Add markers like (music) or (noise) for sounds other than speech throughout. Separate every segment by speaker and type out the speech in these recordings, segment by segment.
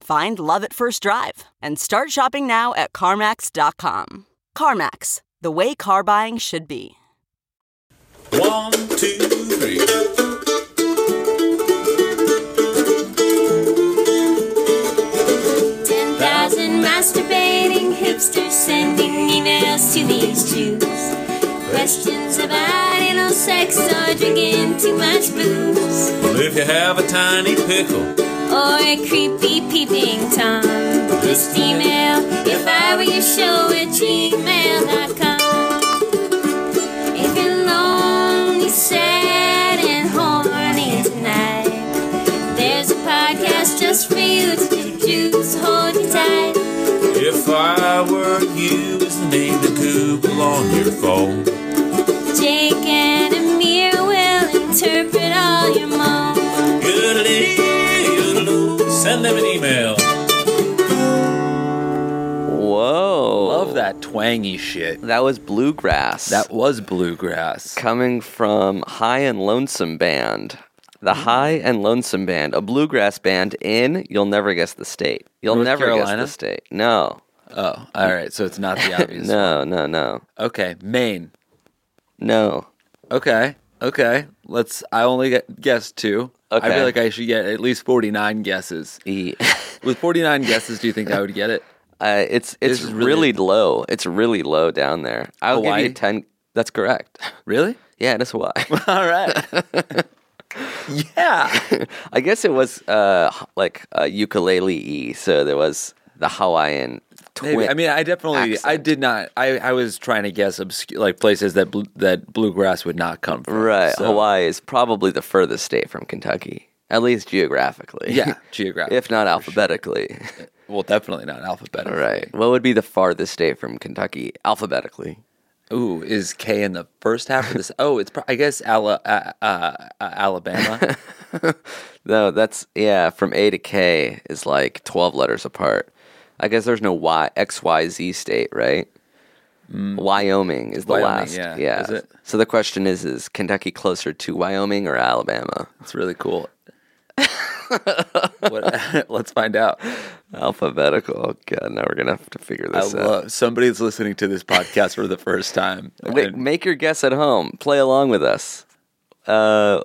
Speaker 1: Find love at first drive and start shopping now at CarMax.com. CarMax, the way car buying should be.
Speaker 2: One, two, three.
Speaker 3: Ten thousand masturbating hipsters sending emails to these Jews. Questions about anal sex or drinking too much booze.
Speaker 2: Well, if you have a tiny pickle,
Speaker 3: Or a creepy peeping Tom. Just email if I were your show at gmail.com. If you're lonely, sad, and horny tonight. There's a podcast just for you to juice, hold you tight.
Speaker 2: if I were you, is the name to Google on your phone.
Speaker 3: Jake and Amir will interpret all your moans.
Speaker 2: Yodelay, yodeloo. Send them an email.
Speaker 4: Whoa.
Speaker 5: Love that twangy shit.
Speaker 4: That was bluegrass.
Speaker 5: That was bluegrass.
Speaker 4: coming from High and Lonesome Band. The
Speaker 5: Mm.
Speaker 4: High and Lonesome Band, a bluegrass band in you'll never guess the state. You'll
Speaker 5: North
Speaker 4: never
Speaker 5: Carolina?
Speaker 4: guess the state. No.
Speaker 5: Oh, all right. So it's not the
Speaker 4: (laughs)
Speaker 5: obvious.
Speaker 4: No, no, no.
Speaker 5: Okay, Maine.
Speaker 4: No.
Speaker 5: Okay, okay. Let's. I only get, guessed two. I
Speaker 4: Okay.
Speaker 5: feel like I should get at least forty-nine guesses.
Speaker 4: E- (laughs)
Speaker 5: With forty-nine guesses, do you think I would get it?
Speaker 4: uh, it's it's
Speaker 5: is
Speaker 4: really,
Speaker 5: really-
Speaker 4: low. It's really low down there. I'll give
Speaker 5: Hawaii?
Speaker 4: you 10 That's correct.
Speaker 5: Really?
Speaker 4: Yeah, that's (laughs) why.
Speaker 5: (laughs) All right. yeah.
Speaker 4: I guess it was uh h- like uh, ukulele e so there was the Hawaiian twin.
Speaker 5: Maybe. I mean, I definitely. I
Speaker 4: accent.
Speaker 5: did not. I, I was trying to guess obscure like places that bl- that bluegrass would not come from.
Speaker 4: Right.
Speaker 5: So-
Speaker 4: Hawaii is probably the furthest state from Kentucky, at least geographically. (laughs)
Speaker 5: Yeah, geographically,
Speaker 4: if not
Speaker 5: (laughs)
Speaker 4: alphabetically.
Speaker 5: Well, definitely not alphabetical.
Speaker 4: right. What would be the farthest state from Kentucky alphabetically?
Speaker 5: Ooh, is K in the first half of this? (laughs) Oh, it's pro- I guess Ala- uh, uh, uh, (laughs) Alabama.
Speaker 4: No, that's yeah, from A to K is like 12 letters apart. I guess there's no Y X Y Z state, right? Wyoming is the
Speaker 5: Mm. Wyoming,
Speaker 4: last.
Speaker 5: yeah. Is it?
Speaker 4: So the question is is Kentucky closer to Wyoming or Alabama?
Speaker 5: It's really (laughs) cool. what, (laughs) let's find out.
Speaker 4: Alphabetical. God, now we're going to have to figure
Speaker 5: I
Speaker 4: this out.
Speaker 5: love somebody's listening to this podcast for the first time.
Speaker 4: Wait,
Speaker 5: And
Speaker 4: make your guess at home. Play along with us. Uh,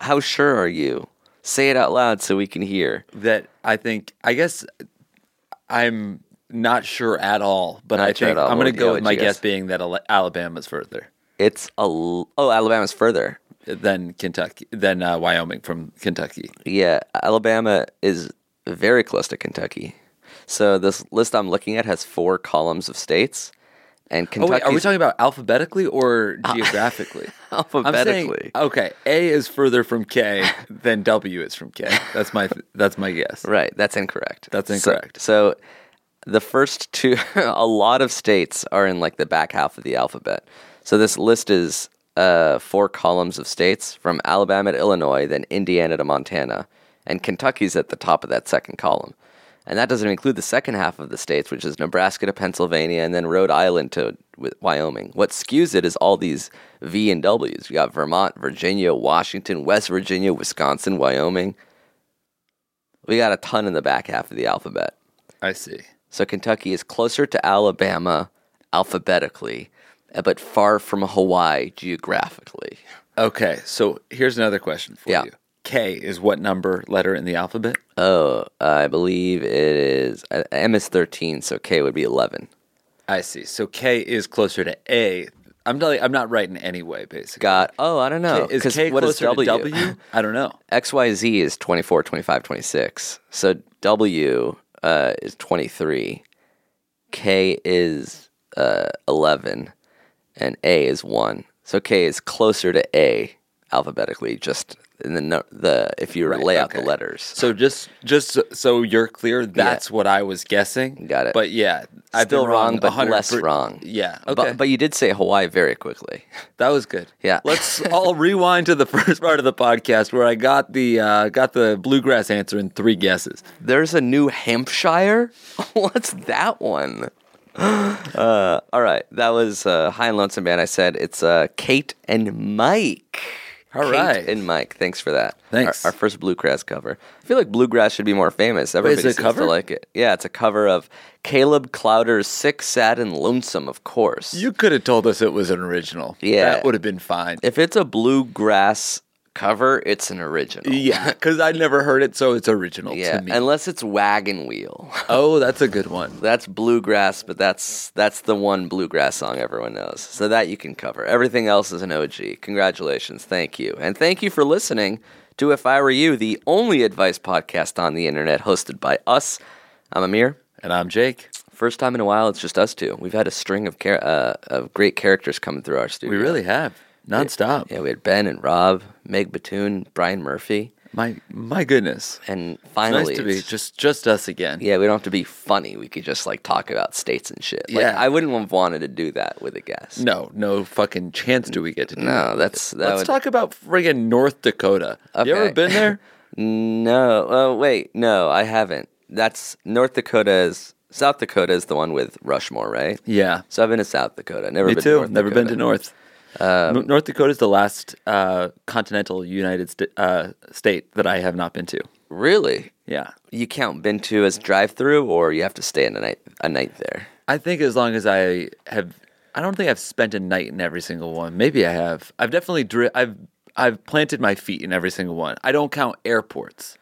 Speaker 4: how sure are you? Say it out loud so we can hear.
Speaker 5: that I think I guess I'm not sure at all, but
Speaker 4: Not
Speaker 5: I
Speaker 4: sure
Speaker 5: think
Speaker 4: at all.
Speaker 5: I'm going
Speaker 4: What-
Speaker 5: to
Speaker 4: yeah,
Speaker 5: go
Speaker 4: what'd
Speaker 5: with my
Speaker 4: you guess?
Speaker 5: guess being that Ala- Alabama's further
Speaker 4: It's a l- oh, Alabama's further.
Speaker 5: than Kentucky than uh, Wyoming from Kentucky.
Speaker 4: Yeah, Alabama is very close to Kentucky. So this list I'm looking at has four columns of states, and
Speaker 5: Oh
Speaker 4: Kentucky.
Speaker 5: wait, are we talking about alphabetically or
Speaker 4: (laughs)
Speaker 5: geographically? I'm saying-
Speaker 4: Uh, alphabetically?
Speaker 5: okay, A is further from K than W is from K. That's my that's my guess.
Speaker 4: (laughs) Right, that's incorrect.
Speaker 5: That's
Speaker 4: So-
Speaker 5: incorrect.
Speaker 4: So, the first two, (laughs) a lot of states are in like the back half of the alphabet. So this list is uh, four columns of states from Alabama to Illinois, then Indiana to Montana, and Kentucky's at the top of that second column. And that doesn't include the second half of the states, which is Nebraska to Pennsylvania, and then Rhode Island to Wi- Wyoming. What skews it is all these V and Ws. You got Vermont, Virginia, Washington, West Virginia, Wisconsin, Wyoming. We got a ton in the back half of the alphabet.
Speaker 5: I see.
Speaker 4: So Kentucky is closer to Alabama alphabetically, uh, but far from Hawaii geographically.
Speaker 5: Okay, so here's another question for
Speaker 4: Yeah.
Speaker 5: you. K is what number letter in the alphabet?
Speaker 4: Oh, I believe it is. uh, M is 13, so K would be 11.
Speaker 5: I see. So K is closer to A. I'm not, I'm not right in any way, basically.
Speaker 4: Got, oh, I don't know.
Speaker 5: K- is
Speaker 4: 'cause
Speaker 5: K
Speaker 4: what is
Speaker 5: closer to W? I don't know.
Speaker 4: XYZ is 24, 25, 26. So W uh, is 23. K is uh, 11. And A is 1. So K is closer to A alphabetically, just in the, no- the if you lay out
Speaker 5: okay.
Speaker 4: the letters.
Speaker 5: So just just so you're clear, that's what I was guessing.
Speaker 4: Got it.
Speaker 5: But yeah, I've
Speaker 4: Still
Speaker 5: been
Speaker 4: wrong, but
Speaker 5: 100
Speaker 4: less
Speaker 5: per-
Speaker 4: wrong.
Speaker 5: Yeah, okay.
Speaker 4: But, but you did say Hawaii very quickly.
Speaker 5: that was good.
Speaker 4: Yeah.
Speaker 5: let's
Speaker 4: (laughs)
Speaker 5: all rewind to the (laughs) first part of the podcast where I got the uh, got the bluegrass answer in three guesses.
Speaker 4: There's a New Hampshire? (laughs) What's that one? (gasps) uh, all right. That was uh, High and Lonesome Band. I said it's uh, Kate and Mike.
Speaker 5: All
Speaker 4: All right,
Speaker 5: right.
Speaker 4: and Mike. Thanks for that.
Speaker 5: Thanks.
Speaker 4: Our, our first bluegrass cover. I feel like bluegrass should be more famous. Everybody
Speaker 5: is it a
Speaker 4: seems
Speaker 5: cover?
Speaker 4: to like it. Yeah, it's a cover of Caleb Clouder's Sick, Sad, and Lonesome, of course.
Speaker 5: You could have told us it was an original.
Speaker 4: Yeah.
Speaker 5: that would have been fine.
Speaker 4: if it's a bluegrass cover, it's an original.
Speaker 5: yeah, because I never heard it, so it's original
Speaker 4: Yeah,
Speaker 5: to me.
Speaker 4: unless it's Wagon Wheel.
Speaker 5: oh, that's a good one.
Speaker 4: That's bluegrass, but that's that's the one bluegrass song everyone knows. So that you can cover. Everything else is an OG. Congratulations. Thank you. And thank you for listening to If I Were You, the only advice podcast on the internet hosted by us. I'm Amir.
Speaker 5: And I'm Jake.
Speaker 4: First time in a while, it's just us two. We've had a string of char- uh, of great characters coming through our
Speaker 5: We
Speaker 4: studio.
Speaker 5: really have nonstop.
Speaker 4: Yeah, we had Ben and Rob, Meg Batoon, Brian Murphy,
Speaker 5: My my goodness.
Speaker 4: and
Speaker 5: It's
Speaker 4: finally
Speaker 5: nice to be
Speaker 4: it's-
Speaker 5: just just us again.
Speaker 4: Yeah, we don't have to be funny. We could just like talk about states and shit. Like,
Speaker 5: Yeah.
Speaker 4: I wouldn't have wanted to do that with a guest.
Speaker 5: No, no fucking chance do we get to do
Speaker 4: No,
Speaker 5: that.
Speaker 4: that's that
Speaker 5: Let's
Speaker 4: would-
Speaker 5: talk about friggin' North Dakota. You ever
Speaker 4: Okay. (laughs)
Speaker 5: been there?
Speaker 4: No, oh wait, no, I haven't. That's North Dakota is South Dakota is the one with Rushmore, right?
Speaker 5: yeah.
Speaker 4: So I've been to South Dakota. Never
Speaker 5: Me
Speaker 4: been
Speaker 5: too.
Speaker 4: To North
Speaker 5: Never been to
Speaker 4: Dakota. Um,
Speaker 5: North. N- North Dakota is the last uh, continental United sta- uh, state that I have not been to.
Speaker 4: Really?
Speaker 5: Yeah.
Speaker 4: You count been to as drive through, or you have to stay in a night a night there.
Speaker 5: I think as long as I have, I don't think I've spent a night in every single one. Maybe I have. I've definitely, dri- I've, I've planted my feet in every single one. I don't count airports.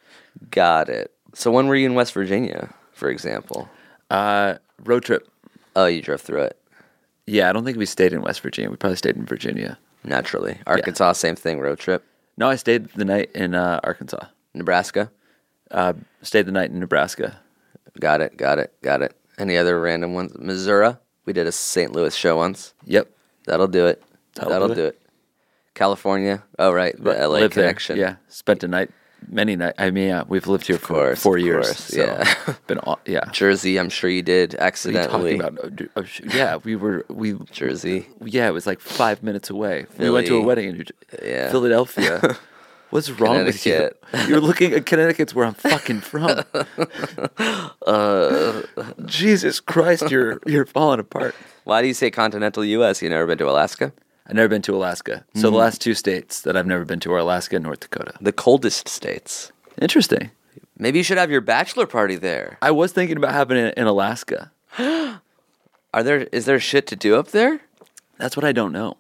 Speaker 4: Got it. So when were you in West Virginia, for example?
Speaker 5: Uh, road trip.
Speaker 4: Oh, you drove through it
Speaker 5: Yeah, I don't think we stayed in West Virginia. We probably stayed in Virginia.
Speaker 4: naturally. Arkansas, same thing. Road trip.
Speaker 5: No, I stayed the night in uh, Arkansas. Uh,
Speaker 4: Nebraska.
Speaker 5: Stayed the night in Nebraska.
Speaker 4: Got it. Got it. Got it. Any other random ones? Missouri. We did a St. Louis show once.
Speaker 5: Yep.
Speaker 4: That'll do it.
Speaker 5: That'll
Speaker 4: That'll,
Speaker 5: do
Speaker 4: do,
Speaker 5: it.
Speaker 4: it. California. Oh right, the LA
Speaker 5: Lived there.
Speaker 4: connection.
Speaker 5: Yeah, spent a night, many night. I mean, yeah, we've lived here for
Speaker 4: course,
Speaker 5: four
Speaker 4: of
Speaker 5: years.
Speaker 4: course,
Speaker 5: so
Speaker 4: yeah.
Speaker 5: (laughs) been all, yeah.
Speaker 4: Jersey. I'm sure you did
Speaker 5: What are you
Speaker 4: accidentally.
Speaker 5: talking about? Oh, dude, oh, sh- Yeah, we were we.
Speaker 4: Jersey.
Speaker 5: Yeah, it was like five minutes away. We went to a
Speaker 4: Philly.
Speaker 5: wedding in New Jer-
Speaker 4: Yeah.
Speaker 5: (laughs) Philadelphia. What's wrong with you? (laughs) You're looking at Connecticut's where I'm fucking (laughs) from. Uh, Jesus Christ, you're you're falling apart.
Speaker 4: Why do you say continental U.S.? You never been to Alaska?
Speaker 5: I've never been to Alaska. So the last two states that I've never been to are Alaska and North Dakota.
Speaker 4: The coldest states.
Speaker 5: Interesting.
Speaker 4: Maybe you should have your bachelor party there.
Speaker 5: I was thinking about having it in Alaska.
Speaker 4: Are there? Is there shit to do up there?
Speaker 5: That's what I don't know.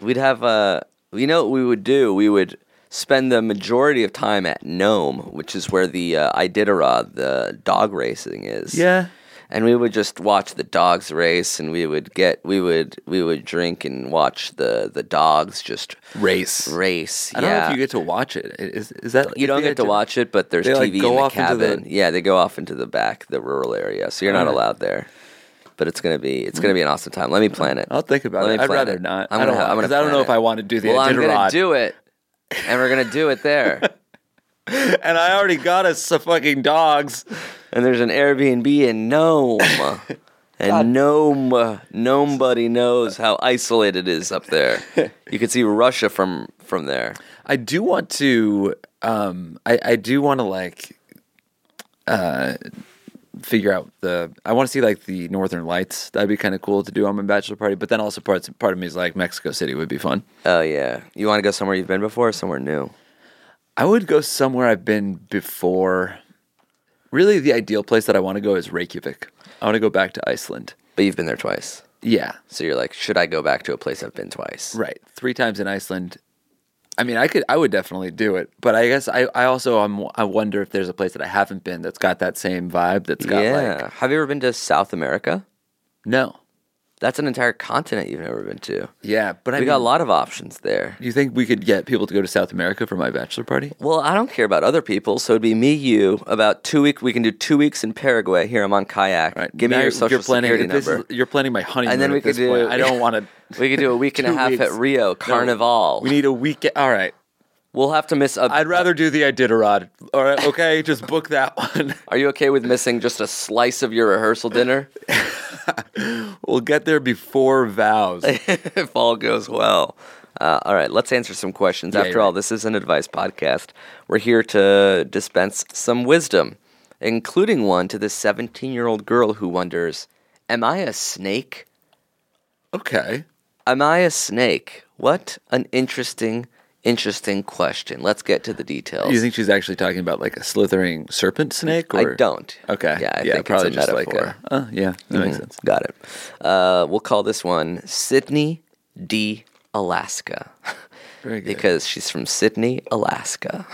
Speaker 4: We'd have Uh, you know what we would do? We would spend the majority of time at Nome, which is where the uh, Iditarod, the dog racing, is.
Speaker 5: Yeah.
Speaker 4: and we would just watch the dogs race and we would get we would we would drink and watch the the dogs just
Speaker 5: Race.
Speaker 4: race
Speaker 5: I don't
Speaker 4: yeah
Speaker 5: know if you get to watch it. I- Is, is that
Speaker 4: You don't
Speaker 5: they
Speaker 4: get to watch it but there's
Speaker 5: they,
Speaker 4: tv
Speaker 5: like,
Speaker 4: in
Speaker 5: go
Speaker 4: the
Speaker 5: off into the-
Speaker 4: cabin yeah they go off into the back the rural area so you're not
Speaker 5: Alright.
Speaker 4: allowed there but it's gonna be it's gonna be an awesome time. Let me plan it.
Speaker 5: I'll think about
Speaker 4: Let
Speaker 5: it.
Speaker 4: me
Speaker 5: I'd
Speaker 4: plan
Speaker 5: rather not.
Speaker 4: I'm gonna
Speaker 5: I
Speaker 4: ha-
Speaker 5: don't want-
Speaker 4: I'm gonna
Speaker 5: 'cause I don't
Speaker 4: plan
Speaker 5: know if
Speaker 4: it.
Speaker 5: I want to do the
Speaker 4: Well, I'm
Speaker 5: Iditarod.
Speaker 4: gonna
Speaker 5: (laughs)
Speaker 4: do it, and we're gonna do it there.
Speaker 5: and I already got us some fucking dogs.
Speaker 4: and there's an Airbnb in (laughs) Nome. And Nome, nobody knows how isolated it is up (laughs) there. You can see Russia from from there.
Speaker 5: I do want to. Um, I I do want to like. Uh, figure out the. I want to see like the Northern Lights. That'd be kind of cool to do on my bachelor party. But then also parts part of me is like Mexico City would be fun.
Speaker 4: Oh yeah, you want to go somewhere you've been before, or somewhere new?
Speaker 5: I would go somewhere I've been before. Really, the ideal place that I want to go is Reykjavik. I want to go back to Iceland.
Speaker 4: But you've been there twice,
Speaker 5: Yeah,
Speaker 4: so you're like, should I go back to a place I've been twice?
Speaker 5: right. Three times in Iceland. I mean, I could, I would definitely do it, but I guess I, I also, I'm, I wonder if there's a place that I haven't been that's got that same vibe. That's got
Speaker 4: Yeah.
Speaker 5: like,
Speaker 4: Have you ever been to South America?
Speaker 5: No.
Speaker 4: That's an entire continent you've never been to.
Speaker 5: Yeah, but I
Speaker 4: we got a
Speaker 5: mean,
Speaker 4: lot of options there.
Speaker 5: You think we could get people to go to South America for my bachelor party?
Speaker 4: Well, I don't care about other people, so it'd be me, you. About two week, we can do two weeks in Paraguay. Here, I'm on kayak.
Speaker 5: All right,
Speaker 4: Give me
Speaker 5: now
Speaker 4: your social
Speaker 5: you're planning,
Speaker 4: security
Speaker 5: this is-
Speaker 4: number.
Speaker 5: you're planning my honeymoon.
Speaker 4: and then
Speaker 5: at
Speaker 4: we could
Speaker 5: this
Speaker 4: do.
Speaker 5: point. I don't want to.
Speaker 4: (laughs) we could do a week and a
Speaker 5: (laughs) Two
Speaker 4: half at
Speaker 5: weeks.
Speaker 4: Rio Carnival.
Speaker 5: We need a week. All right.
Speaker 4: We'll have to miss a.
Speaker 5: I'd rather do the Iditarod. All right. Okay. Just book that (laughs) one.
Speaker 4: Are you okay with missing just a slice of your rehearsal dinner
Speaker 5: We'll get there
Speaker 4: (laughs)
Speaker 5: before vows.
Speaker 4: if all goes well? Uh, all right, let's answer some questions.
Speaker 5: Yeah,
Speaker 4: After
Speaker 5: you're
Speaker 4: all,
Speaker 5: right.
Speaker 4: this is an advice podcast. We're here to dispense some wisdom, including one to this 17 year old girl who wonders Am I a snake?
Speaker 5: Okay.
Speaker 4: Am I a snake? What an interesting, interesting question. Let's get to the details.
Speaker 5: Do you think she's actually talking about like a slithering serpent snake?
Speaker 4: I
Speaker 5: Or?
Speaker 4: don't.
Speaker 5: Okay.
Speaker 4: Yeah, I
Speaker 5: yeah,
Speaker 4: think
Speaker 5: probably
Speaker 4: it's a
Speaker 5: just
Speaker 4: metaphor. Mm-hmm.
Speaker 5: like a. Uh, yeah, that makes sense.
Speaker 4: Got it. Uh, we'll call this one Sydney D. Alaska.
Speaker 5: Very good.
Speaker 4: Because she's from Sydney, Alaska.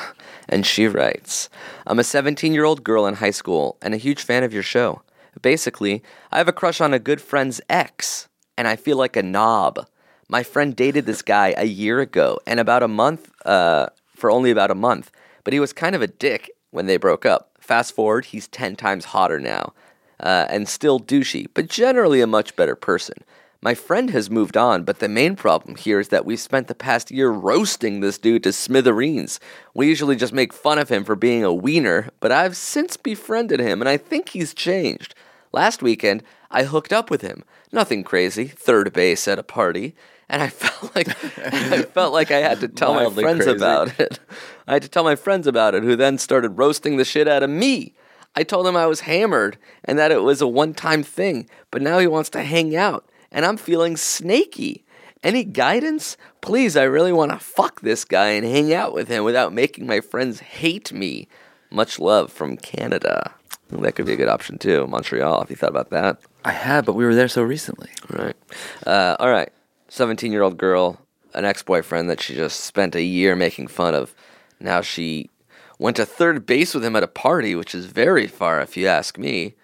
Speaker 4: And she writes I'm a 17 year old girl in high school and a huge fan of your show. Basically, I have a crush on a good friend's ex, and I feel like a knob. My friend dated this guy a year ago and about a month, uh, for only about a month, but he was kind of a dick when they broke up. Fast forward, he's 10 times hotter now uh, and still douchey, but generally a much better person. My friend has moved on, but the main problem here is that we've spent the past year roasting this dude to smithereens. We usually just make fun of him for being a wiener, but I've since befriended him and I think he's changed. Last weekend, I hooked up with him. Nothing crazy, third base at a party, and I (laughs) felt like I felt like I had to tell my
Speaker 5: Mildly
Speaker 4: friends
Speaker 5: crazy.
Speaker 4: about about it. I had to tell my friends about it, who then started roasting the shit out of me. I told him I was hammered and that it was a one time thing, but now he wants to hang out, and I'm feeling snaky. Any guidance? Please, I really want to fuck this guy and hang out with him without making my friends hate me. Much love from Canada. Well, That could be a good option too. Montreal, if you thought about that.
Speaker 5: I have, but we were there so recently.
Speaker 4: Right. Uh, all right. 17 year old girl, an ex boyfriend that she just spent a year making fun of. Now she went to third base with him at a party, which is very far, if you ask me.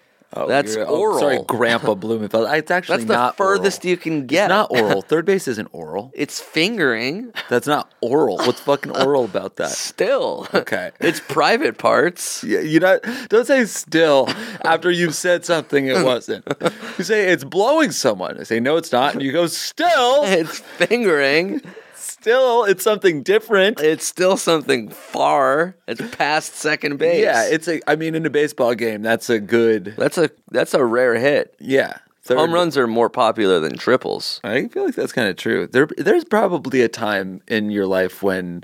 Speaker 4: That's
Speaker 5: You're- oh,
Speaker 4: oral.
Speaker 5: sorry,
Speaker 4: (laughs)
Speaker 5: Grandpa Blumenfeld. It's actually
Speaker 4: That's the
Speaker 5: not
Speaker 4: furthest
Speaker 5: oral.
Speaker 4: you can get. (laughs)
Speaker 5: It's not oral. Third base isn't oral.
Speaker 4: It's fingering
Speaker 5: That's not oral. What's fucking oral about that?
Speaker 4: still.
Speaker 5: Okay.
Speaker 4: (laughs) it's private parts.
Speaker 5: Yeah, you know, don't say still after you've said something it wasn't. You say it's blowing someone. I say no, it's not. And you go
Speaker 4: (laughs)
Speaker 5: still,
Speaker 4: It's fingering.
Speaker 5: still, it's something different.
Speaker 4: It's still something far. It's past second base.
Speaker 5: Yeah, it's a. I mean, in a baseball game, that's a good.
Speaker 4: that's a that's a rare hit.
Speaker 5: Yeah, third-
Speaker 4: Home runs are more popular than triples.
Speaker 5: I feel like that's kind of true. There, there's probably a time in your life when,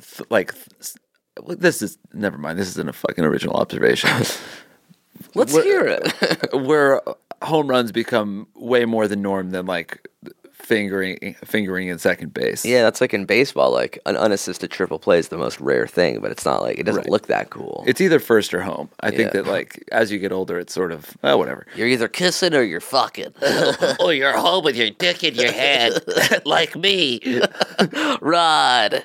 Speaker 5: th- like, th- s- well, this is never mind. This isn't a fucking original (laughs) observation.
Speaker 4: Let's
Speaker 5: We're-
Speaker 4: hear it.
Speaker 5: (laughs) where home runs become way more the norm than like fingering, fingering in second base.
Speaker 4: yeah, that's like in baseball. Like an unassisted triple play is the most rare thing, but it's not like it doesn't look that cool.
Speaker 5: it's either first or home. I think
Speaker 4: Yeah.
Speaker 5: that like as you get older, it's sort of oh whatever.
Speaker 4: you're either kissing or you're
Speaker 5: (laughs)
Speaker 4: fucking.
Speaker 6: Oh, you're home with your dick in your hand, like me.
Speaker 4: Rod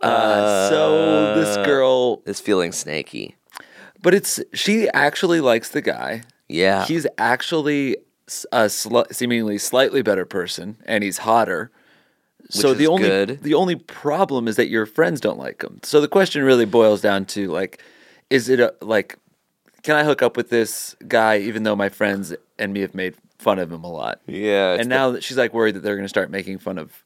Speaker 5: uh, so this girl,
Speaker 4: is feeling snaky.
Speaker 5: but it's she actually likes the guy.
Speaker 4: Yeah,
Speaker 5: he's actually s- a sli- seemingly slightly better person, and he's hotter. so
Speaker 4: Which
Speaker 5: the
Speaker 4: is
Speaker 5: only
Speaker 4: good.
Speaker 5: the only problem is that your friends don't like him. So the question really boils down to like, is it a, like, can I hook up with this guy even though my friends and me have made fun of him a lot?
Speaker 4: yeah.
Speaker 5: and now that she's like worried that they're going to start making fun of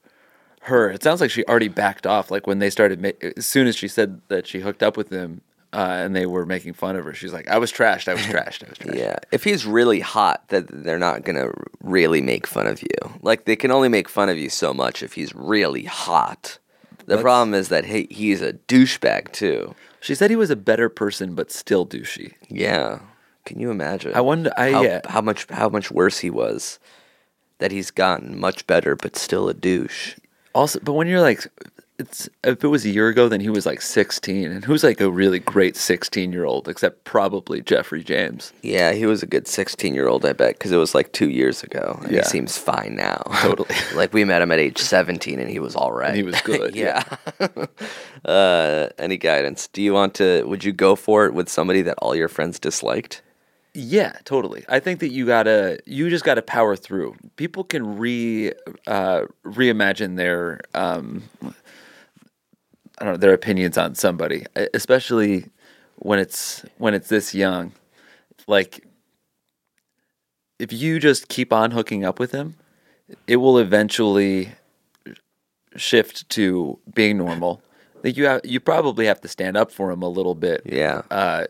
Speaker 5: her. It sounds like she already backed off. Like when they started, ma- as soon as she said that she hooked up with him. Uh, and they were making fun of her. She's like, "I was trashed. I was trashed. I was trashed."
Speaker 4: yeah. If he's really hot, that they're not gonna really make fun of you. Like they can only make fun of you so much if he's really hot. The problem is that he, he's a douchebag too.
Speaker 5: She said he was a better person, but still douchey.
Speaker 4: Yeah. Can you imagine?
Speaker 5: I wonder- I-
Speaker 4: how,
Speaker 5: yeah.
Speaker 4: how much how much worse he was. That he's gotten much better, but still a douche.
Speaker 5: Also, but when you're like, it's if it was a year ago, then he was like 16, and who's like a really great 16 year old, except probably Jeffrey James.
Speaker 4: Yeah, he was a good sixteen-year-old, I bet, because it was like two years ago, and
Speaker 5: Yeah.
Speaker 4: he seems fine now.
Speaker 5: Totally.
Speaker 4: (laughs) like we met him at age seventeen, and he was all right. (laughs)
Speaker 5: he was good,
Speaker 4: yeah. uh, any guidance? Do you want to? Would you go for it with somebody that all your friends disliked?
Speaker 5: Yeah, totally. I think that you gotta, you just gotta power through. People can re uh, reimagine their, um, I don't know, their opinions on somebody, e- especially when it's when it's this young. Like, if you just keep on hooking up with him, it will eventually shift to being normal. I think you have, you probably have to stand up for him a little bit
Speaker 4: Yeah.
Speaker 5: uh,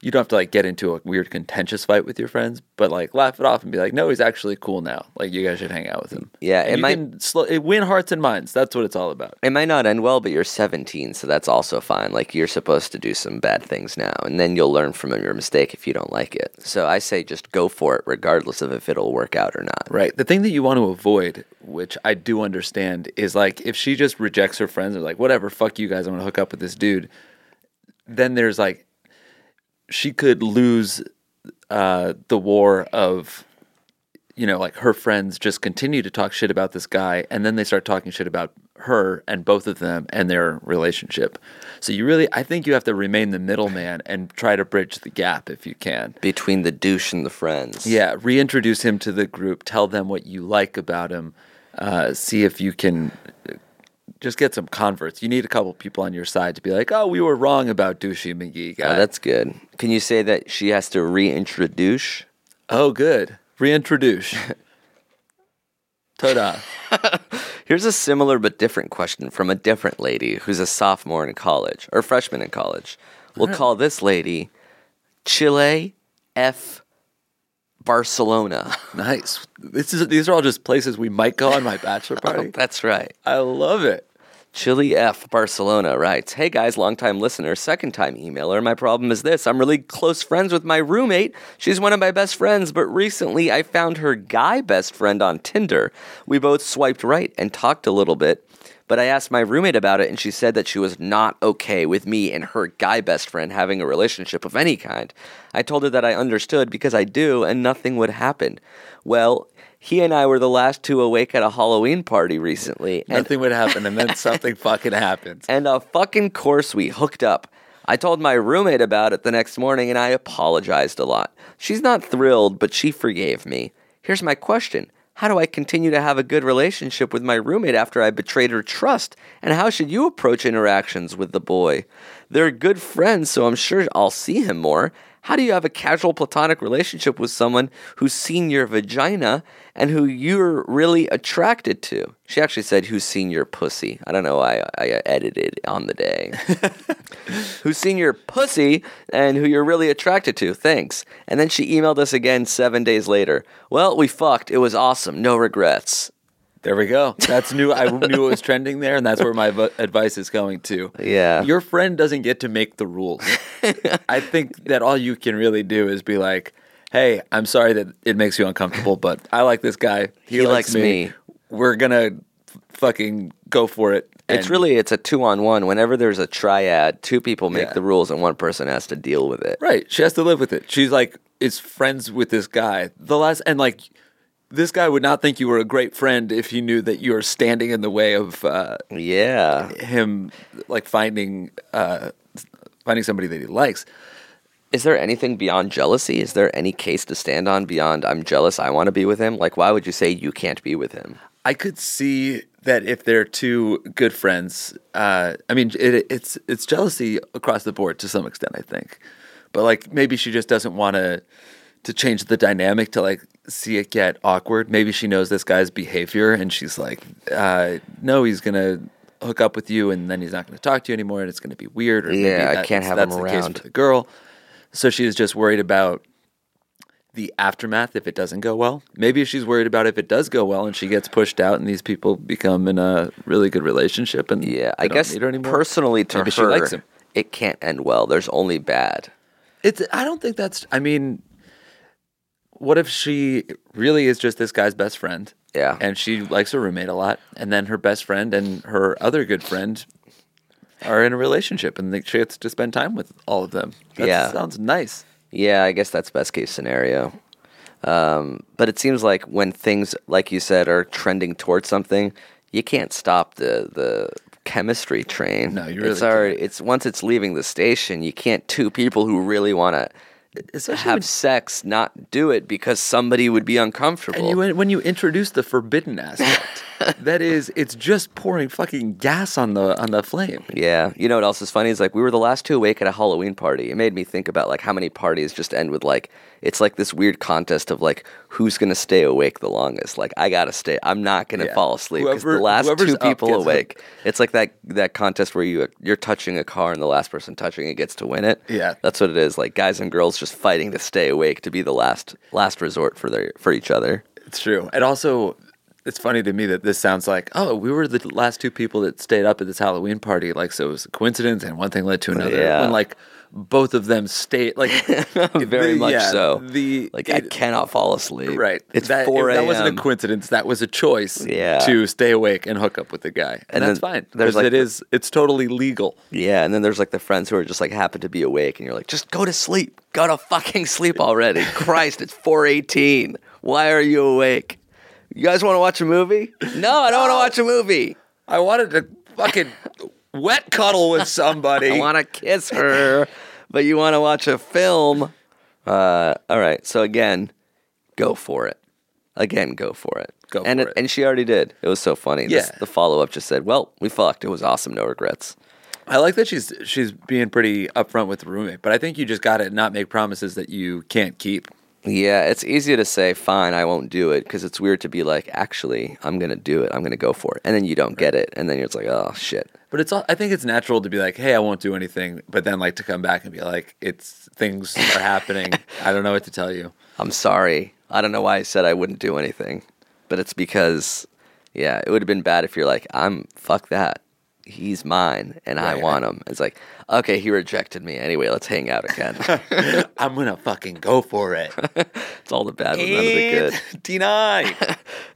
Speaker 5: you don't have to like get into a weird contentious fight with your friends, but like laugh it off and be like, no, he's actually cool now. Like you guys should hang out with him.
Speaker 4: Yeah,
Speaker 5: and
Speaker 4: it
Speaker 5: you
Speaker 4: might-
Speaker 5: can slow, it win hearts and minds. That's what it's all about.
Speaker 4: it might not end well, but you're 17, so that's also fine. Like you're supposed to do some bad things now, and then you'll learn from your mistake if you don't like it. So I say just go for it, regardless of if it'll work out or not.
Speaker 5: Right. The thing that you want to avoid, which I do understand, is like if she just rejects her friends and like whatever, fuck you guys, I'm gonna hook up with this dude. Then there's like she could lose uh, the war of you know like her friends just continue to talk shit about this guy and then they start talking shit about her and both of them and their relationship so you really i think you have to remain the middleman and try to bridge the gap if you can
Speaker 4: Between the douche and the friends.
Speaker 5: yeah, reintroduce him to the group. Tell them what you like about him. Uh, see if you can uh, just get some converts. You need a couple people on your side to be like, "Oh, we were wrong about douchey McGee guy."
Speaker 4: Oh, that's good. Can you say that she has to reintroduce?
Speaker 5: oh, good. Reintroduce. Ta-da.
Speaker 4: Here's a similar but different question from a different lady who's a sophomore in college or freshman in college. We'll call this lady Chile F. Barcelona.
Speaker 5: nice. This is these are all just places we might go on
Speaker 4: (laughs)
Speaker 5: my bachelor party.
Speaker 4: Oh, That's right.
Speaker 5: I love it.
Speaker 4: Chili F. Barcelona writes Hey guys, longtime listener, second time emailer. My problem is this I'm really close friends with my roommate. She's one of my best friends, but recently I found her guy best friend on Tinder. We both swiped right and talked a little bit, but I asked my roommate about it and she said that she was not okay with me and her guy best friend having a relationship of any kind. I told her that I understood because I do and nothing would happen. Well, he and I were the last two awake at a Halloween party recently. and
Speaker 5: Nothing would happen, and then something fucking happens.
Speaker 4: (laughs) and of fucking course we hooked up. I told my roommate about it the next morning and I apologized a lot. She's not thrilled, but she forgave me. Here's my question How do I continue to have a good relationship with my roommate after I betrayed her trust? And how should you approach interactions with the boy? They're good friends, so I'm sure I'll see him more. How do you have a casual platonic relationship with someone who's seen your vagina and who you're really attracted to? She actually said, Who's seen your pussy? I don't know why I edited on the day. (laughs) who's seen your pussy and who you're really attracted to? Thanks. And then she emailed us again seven days later. Well, we fucked. It was awesome. No regrets.
Speaker 5: There we go. That's new. I (laughs) knew it was trending there, and that's where my v- advice is going to.
Speaker 4: Yeah.
Speaker 5: Your friend doesn't get to make the rules.
Speaker 4: (laughs)
Speaker 5: I think that all you can really do is be like, hey, I'm sorry that it makes you uncomfortable, but I like this guy. He,
Speaker 4: He likes me.
Speaker 5: We're going to fucking go for it.
Speaker 4: it's
Speaker 5: And
Speaker 4: really it's a two on one. Whenever there's a triad, two people make
Speaker 5: Yeah.
Speaker 4: the rules and one person has to deal with it.
Speaker 5: Right. She has to live with it. She's like, is friends with this guy. The last, and like, this guy would not think you were a great friend if he knew that you're standing in the way of uh,
Speaker 4: Yeah.
Speaker 5: him like finding uh finding somebody that he likes
Speaker 4: is there anything beyond jealousy? Is there any case to stand on beyond I'm jealous, I want to be with him? Like, why would you say you can't be with him?
Speaker 5: i could see that if they're two good friends uh i mean it, it's it's jealousy across the board to some extent i think but like maybe she just doesn't want to to change the dynamic to like see it get awkward maybe she knows this guy's behavior and she's like uh no he's gonna hook up with you and then he's not gonna talk to you anymore and it's gonna be weird or maybe
Speaker 4: Yeah, I
Speaker 5: that's-
Speaker 4: can't have him
Speaker 5: that's the
Speaker 4: around.
Speaker 5: case for the girl so she's just worried about the aftermath if it doesn't go well. Maybe she's worried about if it does go well and she gets pushed out and these people become in a really good relationship and
Speaker 4: Yeah,
Speaker 5: they
Speaker 4: I
Speaker 5: don't
Speaker 4: guess
Speaker 5: need her anymore.
Speaker 4: personally to her,
Speaker 5: Maybe she likes him.
Speaker 4: it can't end well. There's only bad.
Speaker 5: It's I don't think that's I mean what if she really is just this guy's best friend?
Speaker 4: Yeah.
Speaker 5: And she likes her roommate a lot and then her best friend and her other good friend are in a relationship and they- she gets to spend time with all of them. That
Speaker 4: Yeah.
Speaker 5: sounds nice.
Speaker 4: Yeah, I guess that's best case scenario. Um, but it seems like when things, like you said, are trending towards something, you can't stop the the chemistry train.
Speaker 5: No, you
Speaker 4: it's
Speaker 5: really
Speaker 4: already, It's once it's leaving the station, you can't. Two people who really want to
Speaker 5: especially
Speaker 4: have sex, not do it because somebody would be uncomfortable.
Speaker 5: And you, when you introduce the forbidden (laughs) aspect, that is, it's just pouring fucking gas on the on the flame.
Speaker 4: yeah, you know what else is funny is like we were the last two awake at a Halloween party. It made me think about like how many parties just end with like it's like this weird contest of like who's gonna stay awake the longest. Like I gotta stay. I'm not gonna
Speaker 5: Yeah.
Speaker 4: fall asleep because
Speaker 5: Whoever-
Speaker 4: the last
Speaker 5: whoever's
Speaker 4: two
Speaker 5: up
Speaker 4: people
Speaker 5: gets it.
Speaker 4: awake. It's like that that contest where you you're touching a car and the last person touching it gets to win it.
Speaker 5: Yeah.
Speaker 4: that's what it is. Like guys and girls just fighting to stay awake to be the last last resort for their for each other.
Speaker 5: It's true. And also, it's funny to me that this sounds like, oh, we were the last two people that stayed up at this Halloween party. Like, so it was a coincidence, and one thing led to another.
Speaker 4: Yeah.
Speaker 5: When like both of them stayed, (laughs) like
Speaker 4: Very
Speaker 5: the-
Speaker 4: much
Speaker 5: yeah,
Speaker 4: so.
Speaker 5: The
Speaker 4: like I
Speaker 5: it-
Speaker 4: cannot fall asleep.
Speaker 5: Right.
Speaker 4: It's
Speaker 5: that,
Speaker 4: four
Speaker 5: it-
Speaker 4: a.m.
Speaker 5: That wasn't a coincidence. That was a choice
Speaker 4: Yeah.
Speaker 5: to stay awake and hook up with the guy. And,
Speaker 4: And then
Speaker 5: that's fine.
Speaker 4: there's
Speaker 5: There's
Speaker 4: like
Speaker 5: it
Speaker 4: the-
Speaker 5: is it's totally legal.
Speaker 4: Yeah, and then there's like the friends who are just like happen to be awake, and you're like, just go to sleep. Go to fucking sleep already.
Speaker 5: (laughs)
Speaker 4: Christ, it's four eighteen. Why are you awake? You guys want to watch a movie? No, I don't want to watch a movie.
Speaker 5: I wanted to fucking wet cuddle with somebody.
Speaker 4: (laughs) I want to kiss her, but you want to watch a film. Uh, all right. So again, go for it. Again, go for it.
Speaker 5: Go
Speaker 4: and
Speaker 5: for it.
Speaker 4: and she already did. It was so funny. This-
Speaker 5: Yeah.
Speaker 4: the follow up just said, "Well, we fucked. It was awesome. No regrets."
Speaker 5: I like that she's she's being pretty upfront with the roommate, but I think you just got to not make promises that you can't keep.
Speaker 4: Yeah, it's easier to say, "Fine, I won't do it," because it's weird to be like, "Actually, I'm gonna do it. I'm gonna go for it," and then you don't get it, and then you're just like, "Oh shit."
Speaker 5: But it's all, I think it's natural to be like, "Hey, I won't do anything," but then like to come back and be like, "It's things are happening. I don't know what to tell you."
Speaker 4: I'm sorry. I don't know why I said I wouldn't do anything, but it's because, yeah, it would have been bad if you're like, I'm fuck that. He's mine and I
Speaker 5: Right,
Speaker 4: want him. It's like, okay, he rejected me. Anyway, let's hang out again.
Speaker 5: I'm gonna fucking go
Speaker 4: (laughs)
Speaker 5: for it.
Speaker 4: it's all the bad with none of the good. (laughs)
Speaker 5: deny.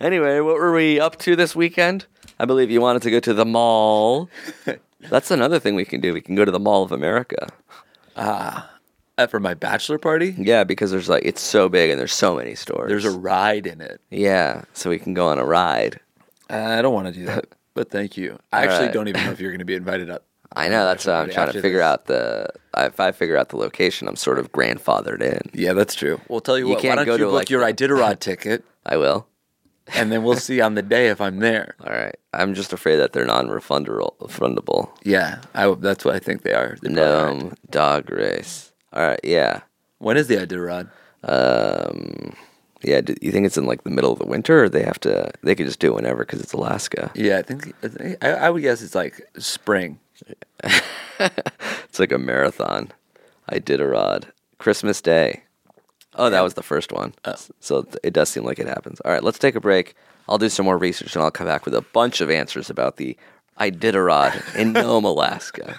Speaker 4: Anyway, what were we up to this weekend? I believe you wanted to go to the mall. That's another thing we can do. We can go to the Mall of America.
Speaker 5: Uh, for my bachelor party,
Speaker 4: Yeah, because there's like, it's so big and there's so many stores.
Speaker 5: there's a ride in it.
Speaker 4: yeah, so we can go on a ride.
Speaker 5: I don't want to do that, but thank you. I actually
Speaker 4: right.
Speaker 5: don't even know if you're going to be invited up.
Speaker 4: (laughs) I know that's what I'm
Speaker 5: Everybody
Speaker 4: trying to
Speaker 5: after
Speaker 4: figure
Speaker 5: this.
Speaker 4: out the if I figure out the location, I'm sort of grandfathered in.
Speaker 5: Yeah, that's true. We'll tell you,
Speaker 4: You
Speaker 5: what.
Speaker 4: can't
Speaker 5: why don't
Speaker 4: go
Speaker 5: you
Speaker 4: to,
Speaker 5: book
Speaker 4: like,
Speaker 5: your
Speaker 4: the-
Speaker 5: Iditarod ticket,
Speaker 4: I will.
Speaker 5: and then we'll see on the day if I'm there.
Speaker 4: All right. I'm just afraid that they're non-refundable. Refundable.
Speaker 5: Yeah, I, that's what I think they are. They're probably
Speaker 4: Gnome
Speaker 5: right.
Speaker 4: dog race. All right. Yeah.
Speaker 5: When is the Iditarod?
Speaker 4: Um. Yeah. Do you think it's in like the middle of the winter, or they have to? They could just do it whenever because it's Alaska.
Speaker 5: Yeah, I think I, think- I I would guess it's like spring.
Speaker 4: It's like a marathon. I did a rod. Christmas Day. Oh, that was the first one.
Speaker 7: Uh.
Speaker 4: So th- it does seem like it happens. All right, let's take a break. I'll do some more research and I'll come back with a bunch of answers about the
Speaker 7: (laughs)
Speaker 4: Iditarod in Nome,
Speaker 5: (laughs)
Speaker 4: Alaska.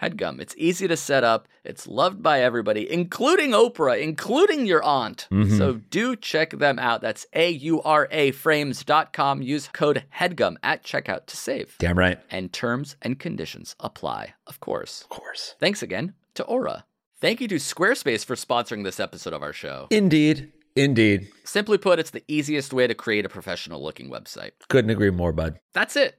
Speaker 7: HEADGUM. It's easy to set up, it's loved by everybody, including Oprah, including your aunt. So do check them out. That's A U R A frames.com. Use code HEADGUM at checkout to save.
Speaker 8: Damn right.
Speaker 7: And terms and conditions apply, of course. Of course. Thanks again to Aura. Thank you to Squarespace for sponsoring this episode of our show.
Speaker 8: Indeed, indeed.
Speaker 7: Simply put, it's the easiest way to create a professional looking website.
Speaker 8: Couldn't agree more, bud.
Speaker 7: That's it.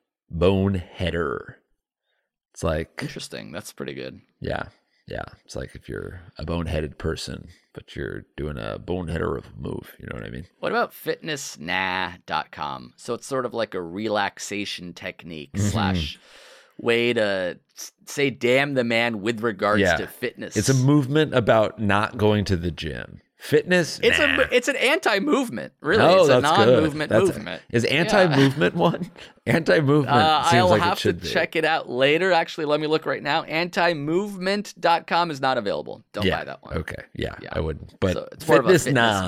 Speaker 8: Boneheader. It's like,
Speaker 7: Interesting. That's pretty good.
Speaker 8: yeah, yeah. It's like if you're a boneheaded person, but you're doing a boneheader of a move. You know what I mean?
Speaker 7: What about fitnessnah.com? So it's sort of like a relaxation technique slash way to s- say damn the man with regards
Speaker 8: Yeah.
Speaker 7: to fitness.
Speaker 8: It's a movement about not going to the gym. Fitness.
Speaker 7: It's
Speaker 8: nah.
Speaker 7: a it's an anti-movement, really.
Speaker 8: No,
Speaker 7: it's a
Speaker 8: that's good.
Speaker 7: non-movement
Speaker 8: That's-
Speaker 7: movement.
Speaker 8: Is anti-movement one? (laughs) Anti-movement.
Speaker 7: Uh,
Speaker 8: seems
Speaker 7: I'll
Speaker 8: like
Speaker 7: have
Speaker 8: it
Speaker 7: to
Speaker 8: should be.
Speaker 7: check it out later. Actually, let me look right now. Antimovement.com is not available. Don't
Speaker 8: yeah.
Speaker 7: buy that one.
Speaker 8: Okay. Yeah,
Speaker 7: Yeah.
Speaker 8: I wouldn't. But
Speaker 7: so it's more of a
Speaker 8: fitness nah.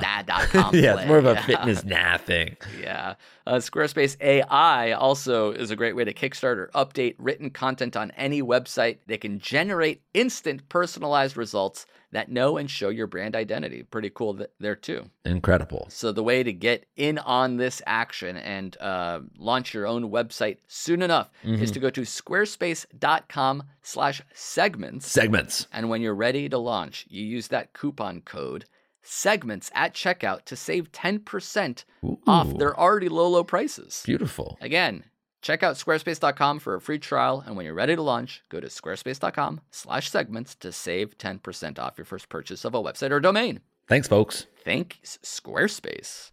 Speaker 8: (laughs)
Speaker 7: fitnessnah.com.
Speaker 8: yeah, it's more of a
Speaker 7: (laughs) play.
Speaker 4: (laughs)
Speaker 8: fitness nah thing.
Speaker 7: Yeah. Uh, Squarespace AI also is a great way to kickstart or update written content on any website. They can generate instant personalized results that know and show your brand identity. Pretty cool th- there, too.
Speaker 8: Incredible.
Speaker 7: So, the way to get in on this action and uh, launch your own website soon enough is to go to squarespace.com slash segments.
Speaker 8: Segments.
Speaker 7: And when you're ready to launch, you use that coupon code segments at checkout to save 10% off
Speaker 8: Ooh.
Speaker 7: their already low, low prices.
Speaker 8: Beautiful.
Speaker 7: Again, check out squarespace.com for a free trial. And when you're ready to launch, go to squarespace.com slash segments to save 10% off your first purchase of a website or domain.
Speaker 8: Thanks, folks.
Speaker 7: Thanks, Squarespace.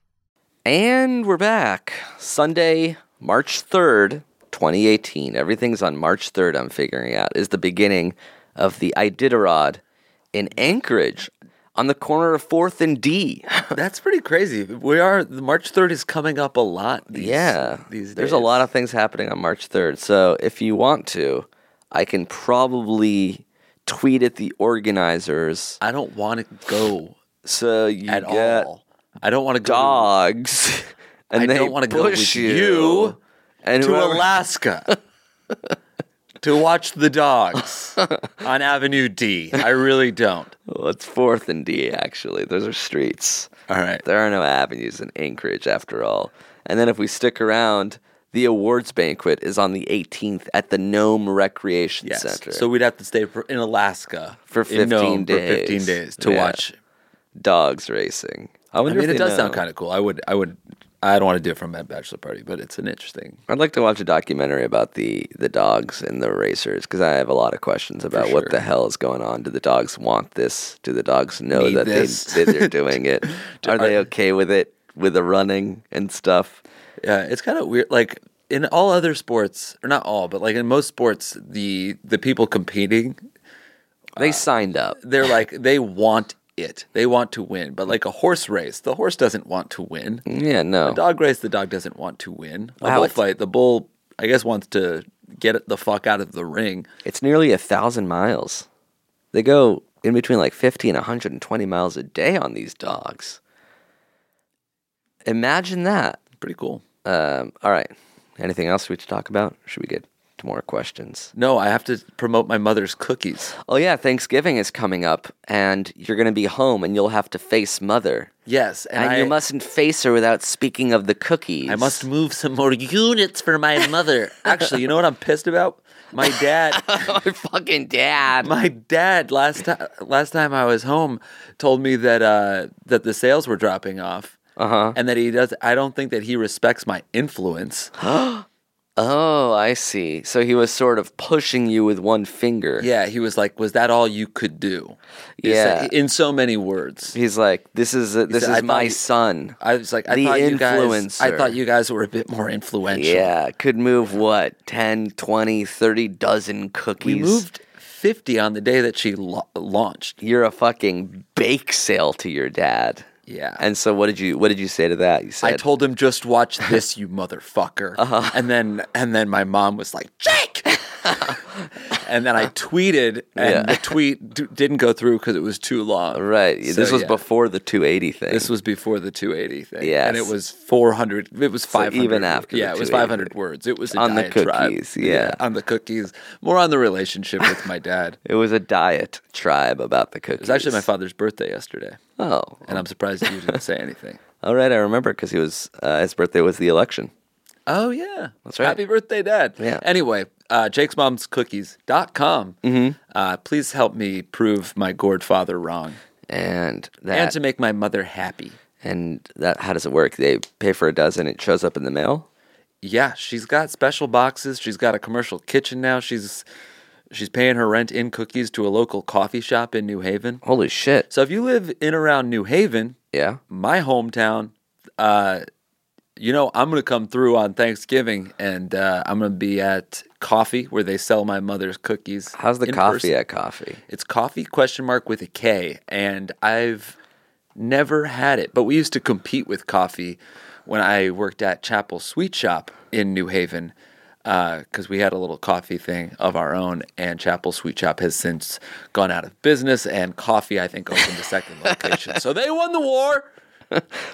Speaker 4: And we're back. Sunday, March 3rd, 2018. Everything's on March 3rd, I'm figuring out, is the beginning of the Iditarod in Anchorage on the corner of 4th and D.
Speaker 5: (laughs)
Speaker 4: (laughs)
Speaker 5: That's pretty crazy. We are March third is coming up a lot. These,
Speaker 4: yeah.
Speaker 5: these days.
Speaker 4: There's a lot of things happening on March 3rd. So if you want to, I can probably tweet at the organizers.
Speaker 5: I don't want to go
Speaker 4: So you
Speaker 5: at
Speaker 4: get
Speaker 5: all. I don't want to go
Speaker 4: dogs. (laughs) And
Speaker 5: I
Speaker 4: they
Speaker 5: don't wanna go with
Speaker 4: push
Speaker 5: you
Speaker 4: and
Speaker 5: to
Speaker 4: whoever- (laughs)
Speaker 5: Alaska to watch the dogs on Avenue D. I really don't.
Speaker 4: Well, it's fourth and D, actually. Those are streets.
Speaker 5: All right.
Speaker 4: There are no avenues in Anchorage, after all. And then if we stick around, the awards banquet is on the 18th at the Nome Recreation
Speaker 5: Yes.
Speaker 4: Center.
Speaker 5: So we'd have to stay for, in Alaska
Speaker 4: For
Speaker 5: in
Speaker 4: 15
Speaker 5: Nome For 15
Speaker 4: days.
Speaker 5: days to
Speaker 4: Yeah.
Speaker 5: watch.
Speaker 4: dogs racing. I
Speaker 5: I
Speaker 4: wonder
Speaker 5: mean,
Speaker 4: if
Speaker 5: it
Speaker 4: they
Speaker 5: does
Speaker 4: know.
Speaker 5: sound kind of cool. I would, I would, I don't want to do it from that bachelor party, but it's an interesting.
Speaker 4: I'd like to watch a documentary about the the dogs and the racers because I have a lot of questions about
Speaker 5: sure.
Speaker 4: what the hell is going on. Do the dogs want this? Do the dogs know
Speaker 5: Need
Speaker 4: that
Speaker 5: this?
Speaker 4: they (laughs) that they're doing
Speaker 5: (laughs)
Speaker 4: it? are they okay with it? With the running and stuff?
Speaker 5: Yeah, it's kind of weird. Like in all other sports, or not all, but like in most sports, the the people competing,
Speaker 4: They signed up.
Speaker 5: they're
Speaker 4: (laughs)
Speaker 5: like they want it. They want to win. But like a horse race, the horse doesn't want to win.
Speaker 4: Yeah, no.
Speaker 5: A dog race, the dog doesn't want to win. A
Speaker 4: Wow,
Speaker 5: bull
Speaker 4: it's-
Speaker 5: fight, the bull, I guess, wants to get the fuck out of the ring.
Speaker 4: It's nearly a thousand miles. They go in between like 50 and 120 miles a day on these dogs. Imagine that.
Speaker 5: Pretty cool.
Speaker 4: Um, all right. Anything else we should talk about? Should we get to more questions?
Speaker 5: No, I have to promote my mother's cookies.
Speaker 4: Oh, yeah. Thanksgiving is coming up, and you're going to be home and you'll have to face mother.
Speaker 5: Yes,
Speaker 4: And, you mustn't face her without speaking of the cookies. (laughs)
Speaker 5: I must move some more units for my mother. Actually, you know what I'm pissed about? My
Speaker 4: (laughs)
Speaker 5: dad.
Speaker 4: My fucking dad.
Speaker 5: my dad last time last time I was home told me that uh, that the sales were dropping off,
Speaker 4: Uh-huh.
Speaker 5: and that he does. I don't think that he respects my influence.
Speaker 4: Oh, I see. So he was sort of pushing you with one finger.
Speaker 5: yeah, he was like, "Was that all you could do?" He said- in so many words.
Speaker 4: He's like, this is a, this
Speaker 5: said, "I
Speaker 4: is
Speaker 5: thought
Speaker 4: my
Speaker 5: you-
Speaker 4: son.
Speaker 5: I was like, "I
Speaker 4: The
Speaker 5: thought you guys, I
Speaker 4: influencer.
Speaker 5: thought you guys were a bit more influential."
Speaker 4: Yeah, could move what 10, 20, 30 dozen cookies.
Speaker 5: we moved fifty on the day that she lo- launched.
Speaker 4: You're a fucking bake sale to your dad.
Speaker 5: Yeah,
Speaker 4: And so, what did you what did you say to that? You said,
Speaker 5: I told him just
Speaker 4: (laughs)
Speaker 5: watch this,
Speaker 4: Uh-huh. (laughs)
Speaker 5: you motherfucker. And then and then my mom was like, Jake. and then I tweeted, and
Speaker 4: Yeah.
Speaker 5: the tweet d- didn't go through because it was too long.
Speaker 4: Right.
Speaker 5: So,
Speaker 4: this was
Speaker 5: yeah.
Speaker 4: before the 280 thing.
Speaker 5: This was before the 280 thing.
Speaker 4: Yes.
Speaker 5: And it was 400. It was
Speaker 4: So
Speaker 5: 500.
Speaker 4: even after
Speaker 5: Yeah,
Speaker 4: the
Speaker 5: it was
Speaker 4: 280.
Speaker 5: 500 words. It was a
Speaker 4: On the
Speaker 5: diatribe.
Speaker 4: cookies, yeah.
Speaker 5: On the cookies. More on the relationship with
Speaker 4: (laughs)
Speaker 5: my dad.
Speaker 4: It was a diet tribe about the
Speaker 5: It
Speaker 4: cookies.
Speaker 5: was actually my father's birthday yesterday.
Speaker 4: Oh.
Speaker 5: And I'm surprised you didn't
Speaker 4: (laughs)
Speaker 5: say anything.
Speaker 4: All right, I remember because he was uh, his birthday was the election.
Speaker 5: Oh, yeah.
Speaker 4: That's right.
Speaker 5: Happy birthday, Dad.
Speaker 4: Yeah.
Speaker 5: Anyway, uh, jakesmomscookies.com. Mm-hmm. Uh, please help me prove my gourd father wrong
Speaker 4: And that
Speaker 5: and to make my mother happy.
Speaker 4: and that how does it work? They pay for a dozen. It shows up in the mail.
Speaker 5: Yeah, she's got special boxes. She's got a commercial kitchen now. She's she's paying her rent in cookies to a local coffee shop in New Haven.
Speaker 4: Holy shit!
Speaker 5: So if you live in around New Haven,
Speaker 4: Oh. Yeah.
Speaker 5: my hometown, uh, you know I'm gonna come through on Thanksgiving, and uh, I'm gonna be at Coffee where they sell my mother's cookies.
Speaker 4: How's the
Speaker 5: in
Speaker 4: coffee
Speaker 5: person.
Speaker 4: at coffee?
Speaker 5: It's coffee question mark with a K, and I've never had it. But we used to compete with coffee when I worked at Chapel Sweet Shop in New Haven because we had a little coffee thing of our own, and Chapel Sweet Shop has since gone out of business, and coffee I think opened a second
Speaker 4: (laughs)
Speaker 5: location. So they won the war.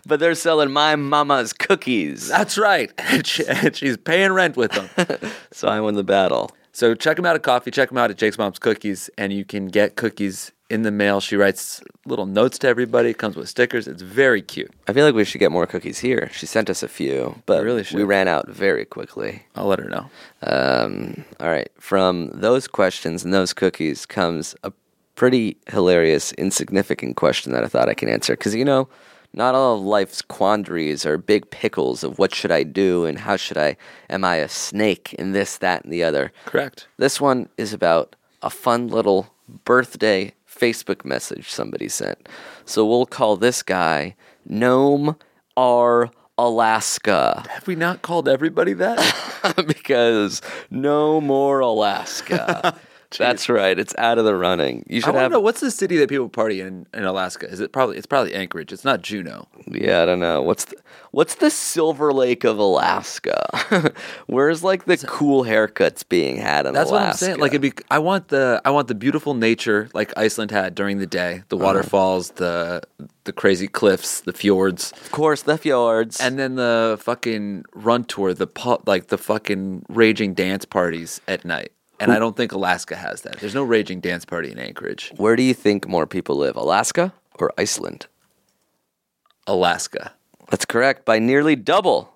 Speaker 4: But they're selling my mama's cookies,
Speaker 5: That's right. (laughs) And, she, and she's paying rent with them.
Speaker 4: (laughs) so I won the battle.
Speaker 5: So check them out at coffee. Check them out at Jake's Mom's Cookies, and you can get cookies in the mail. She writes little notes to everybody. It comes with stickers. It's very cute.
Speaker 4: I feel like we should get more cookies here. She sent us a few, but
Speaker 5: really
Speaker 4: we
Speaker 5: should.
Speaker 4: ran out very quickly.
Speaker 5: I'll let her know.
Speaker 4: Um, all right. From those questions and those cookies comes a pretty hilarious, insignificant question that I thought I can answer. Because, you know, not all of life's quandaries are big pickles of what should I do and how should I, am I a snake and this, that, and the other.
Speaker 5: Correct.
Speaker 4: This one is about a fun little birthday Facebook message somebody sent. So we'll call this guy Gnome R. Alaska (laughs)
Speaker 5: Have we not called everybody that? (laughs)
Speaker 4: because no more
Speaker 5: (laughs)
Speaker 4: Alaska. That's right. It's out of the running. You
Speaker 5: I
Speaker 4: should
Speaker 5: want to
Speaker 4: have.
Speaker 5: know what's the city that people party in in Alaska. Is it probably? It's probably Anchorage. It's not Juneau.
Speaker 4: Yeah, I don't know. What's the, what's the Silver Lake of Alaska? (laughs) Where's like the cool haircuts being had in
Speaker 5: That's
Speaker 4: Alaska?
Speaker 5: what I'm saying. Like it'd be. I want the. I want the beautiful nature like Iceland had during the day.
Speaker 4: Uh-huh.
Speaker 5: The waterfalls, the the crazy cliffs, the fjords,
Speaker 4: of course, the fjords.
Speaker 5: and then the fucking run tour. The pu- like the fucking raging dance parties at night. And I don't think Alaska has that. There's no raging dance party in Anchorage,
Speaker 4: where do you think more people live, Alaska or Iceland?
Speaker 5: Alaska.
Speaker 4: That's correct by nearly double.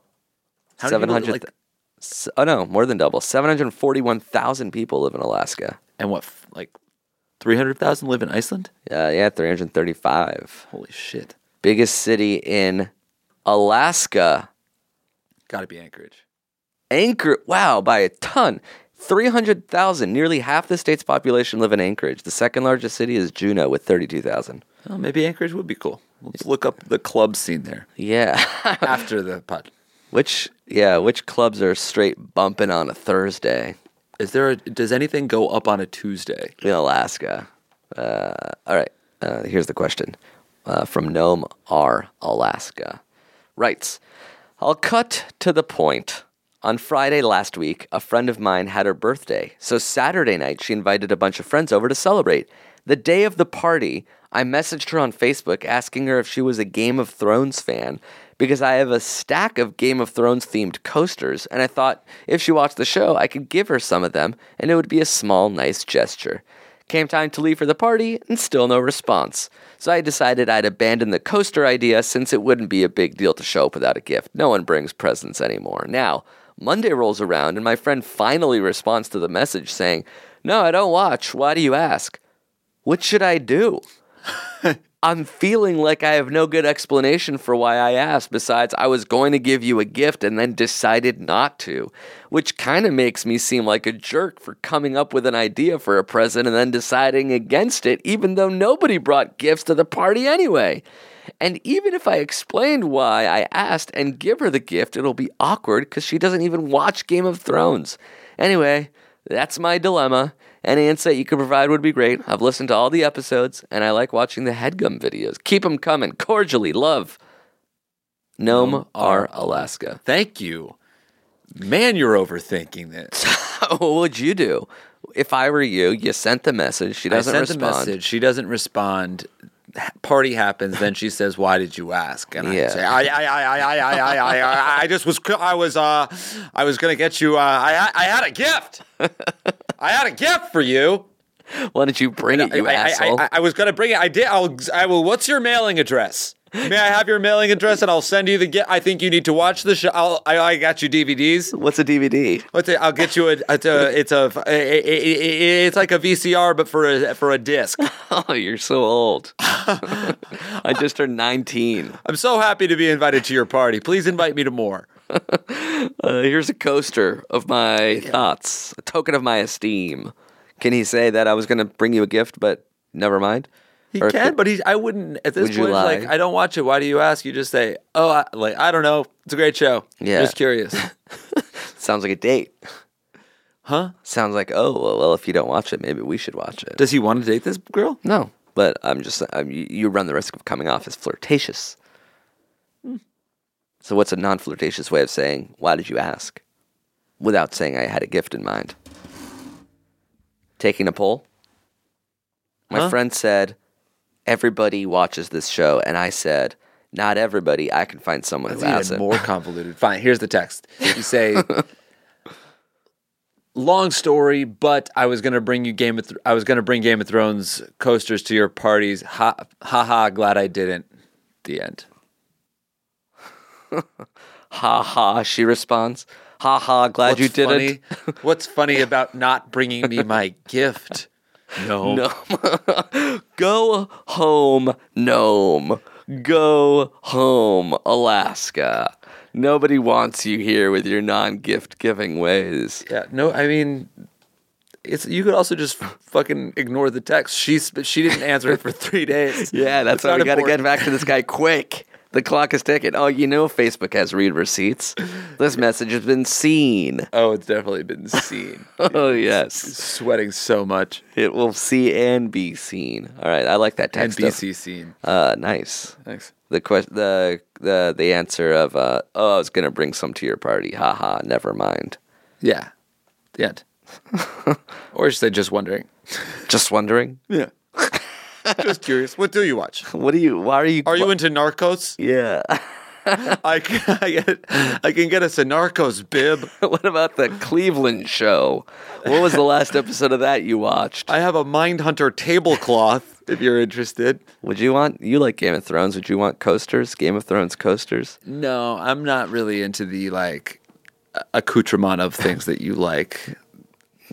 Speaker 5: How do people,
Speaker 4: Seven hundred.
Speaker 5: like-
Speaker 4: Oh no, more than double. Seven hundred forty-one thousand people live in Alaska.
Speaker 5: And what, f- like, three hundred thousand live in Iceland?
Speaker 4: Uh, yeah, three hundred thirty-five.
Speaker 5: Holy shit!
Speaker 4: biggest city in Alaska.
Speaker 5: Got to be Anchorage.
Speaker 4: Anchor, wow, by a ton. 300,000, nearly half the state's population live in Anchorage. The second largest city is Juneau with 32,000.
Speaker 5: Oh, maybe Anchorage would be cool. Let's look up the club scene there
Speaker 4: Yeah.
Speaker 5: (laughs) after the pod.
Speaker 4: which yeah, which clubs are straight bumping on a Thursday
Speaker 5: Is there? A, does anything go up on a Tuesday?
Speaker 4: in Alaska? Uh, all right. Uh, here's the question uh, from Gnome R. Alaska. writes, I'll cut to the point. On Friday last week, a friend of mine had her birthday, so Saturday night she invited a bunch of friends over to celebrate. The day of the party, I messaged her on Facebook asking her if she was a Game of Thrones fan because I have a stack of Game of Thrones themed coasters, and I thought if she watched the show, I could give her some of them, and it would be a small, nice gesture. Came time to leave for the party, and still no response. So I decided I'd abandon the coaster idea since it wouldn't be a big deal to show up without a gift. No one brings presents anymore. Now, Monday rolls around, and my friend finally responds to the message saying, No, I don't watch. Why do you ask? What should I do? I'm feeling like I have no good explanation for why I asked. Besides, I was going to give you a gift and then decided not to, which kind of makes me seem like a jerk for coming up with an idea for a present and then deciding against it, even though nobody brought gifts to the party anyway. And even if I explained why I asked and give her the gift, it'll be awkward because she doesn't even watch Game of Thrones. Anyway, that's my dilemma. Any insight you could provide would be great. I've listened to all the episodes, and I like watching the headgum videos. Keep them coming. Cordially, love. Gnome R. Alaska. (laughs)
Speaker 5: Thank you, man. You're overthinking this.
Speaker 4: what would you do? If I were you, you sent the message. She doesn't
Speaker 5: I sent
Speaker 4: respond.
Speaker 5: the message. She doesn't respond. Ha- Party happens. Then she says, "Why did you ask?" And I
Speaker 4: Yeah.
Speaker 5: say, "I, I, I, I, I, I, I, I, I just was, cr- I was, uh, I was gonna get you. Uh, I, I had a gift. I had a gift for you.
Speaker 4: Why did you bring it, you
Speaker 5: I, I- I-
Speaker 4: asshole?
Speaker 5: I, I was gonna bring it. I did. I'll, I will. What's your mailing address? May I have your mailing address, and I'll send you the gift. I think you need to watch the show. I'll, I, I got you DVDs.
Speaker 4: What's a DVD?
Speaker 5: What's it? I'll get you a. It's a. It's, a, it's like a VCR, but for a for a disc.
Speaker 4: (laughs) Oh, you're so
Speaker 5: (laughs)
Speaker 4: old. (laughs) I just turned 19.
Speaker 5: I'm so happy to be invited to your party. Please invite me to more.
Speaker 4: Uh, here's a coaster of my thoughts, a token of my esteem. Can he say that I was going to bring you a gift, but never mind?
Speaker 5: He
Speaker 4: Or
Speaker 5: can,
Speaker 4: could-
Speaker 5: but he. I wouldn't at this
Speaker 4: Would you
Speaker 5: point.
Speaker 4: lie?
Speaker 5: Like, I don't watch it. Why do you ask? You just say, "Oh, I, like I don't know. It's a great show.
Speaker 4: Yeah. (laughs)
Speaker 5: just curious."
Speaker 4: sounds like a date.
Speaker 5: (laughs) Huh?
Speaker 4: Sounds like oh well, well, if you don't watch it, maybe we should watch it.
Speaker 5: Does he want to date this girl?
Speaker 4: no, but I'm just I'm, you you run the risk of coming off as flirtatious.
Speaker 5: Hmm.
Speaker 4: So what's a non-flirtatious way of saying why did you ask, without saying I had a gift in mind? Taking a poll. My
Speaker 5: Huh?
Speaker 4: friend said, "Everybody watches this show," and I said, "Not everybody. I can find someone
Speaker 5: That's
Speaker 4: who has
Speaker 5: even
Speaker 4: it." (laughs)
Speaker 5: more convoluted. Fine. Here's the text. You say, "Long story, but I was gonna bring you Game of. Th- I was gonna bring Game of Thrones coasters to your parties. Ha ha ha. Glad I didn't. The end.
Speaker 4: ha ha! She responds, "Ha ha! Glad you didn't." (laughs)
Speaker 5: Funny, what's funny about not bringing me my gift?
Speaker 4: (laughs)
Speaker 5: No.
Speaker 4: Gnome. (laughs) Go home, Gnome. Go home, Alaska. Nobody wants you here with your non gift giving ways.
Speaker 5: Yeah. No. I mean, it's you could also just fucking ignore the text. She sp- she didn't answer
Speaker 4: (laughs)
Speaker 5: it for three days.
Speaker 4: Yeah, that's
Speaker 5: It's
Speaker 4: why
Speaker 5: not
Speaker 4: we got to get
Speaker 5: important.
Speaker 4: back to this (laughs) guy quick. The clock is ticking. Oh, you know Facebook has read receipts. This message has been seen.
Speaker 5: Oh, it's definitely
Speaker 4: (laughs)
Speaker 5: been seen.
Speaker 4: Oh, yes.
Speaker 5: Sweating so much.
Speaker 4: It will see and be seen. All right, I like that text. stuff.
Speaker 5: NBC scene.
Speaker 4: Uh, nice.
Speaker 5: Thanks.
Speaker 4: the question the the the answer of uh, oh I was gonna bring some to your party haha never mind
Speaker 5: Yeah.
Speaker 4: (laughs)
Speaker 5: The end. or just they just wondering.
Speaker 4: just wondering
Speaker 5: Yeah. (laughs) just curious. What do you
Speaker 4: (laughs)
Speaker 5: watch?
Speaker 4: what are you why are you
Speaker 5: Are you into Narcos?
Speaker 4: yeah (laughs)
Speaker 5: I can, (laughs) I, get, I can get us a Narcos bib.
Speaker 4: (laughs) what about the Cleveland show what was the last episode of that you watched
Speaker 5: I have a Mindhunter tablecloth if you're interested.
Speaker 4: would you want you like Game of Thrones would you want coasters Game of Thrones coasters
Speaker 5: No, I'm not really into the like accoutrement of things that you
Speaker 4: (laughs)
Speaker 5: like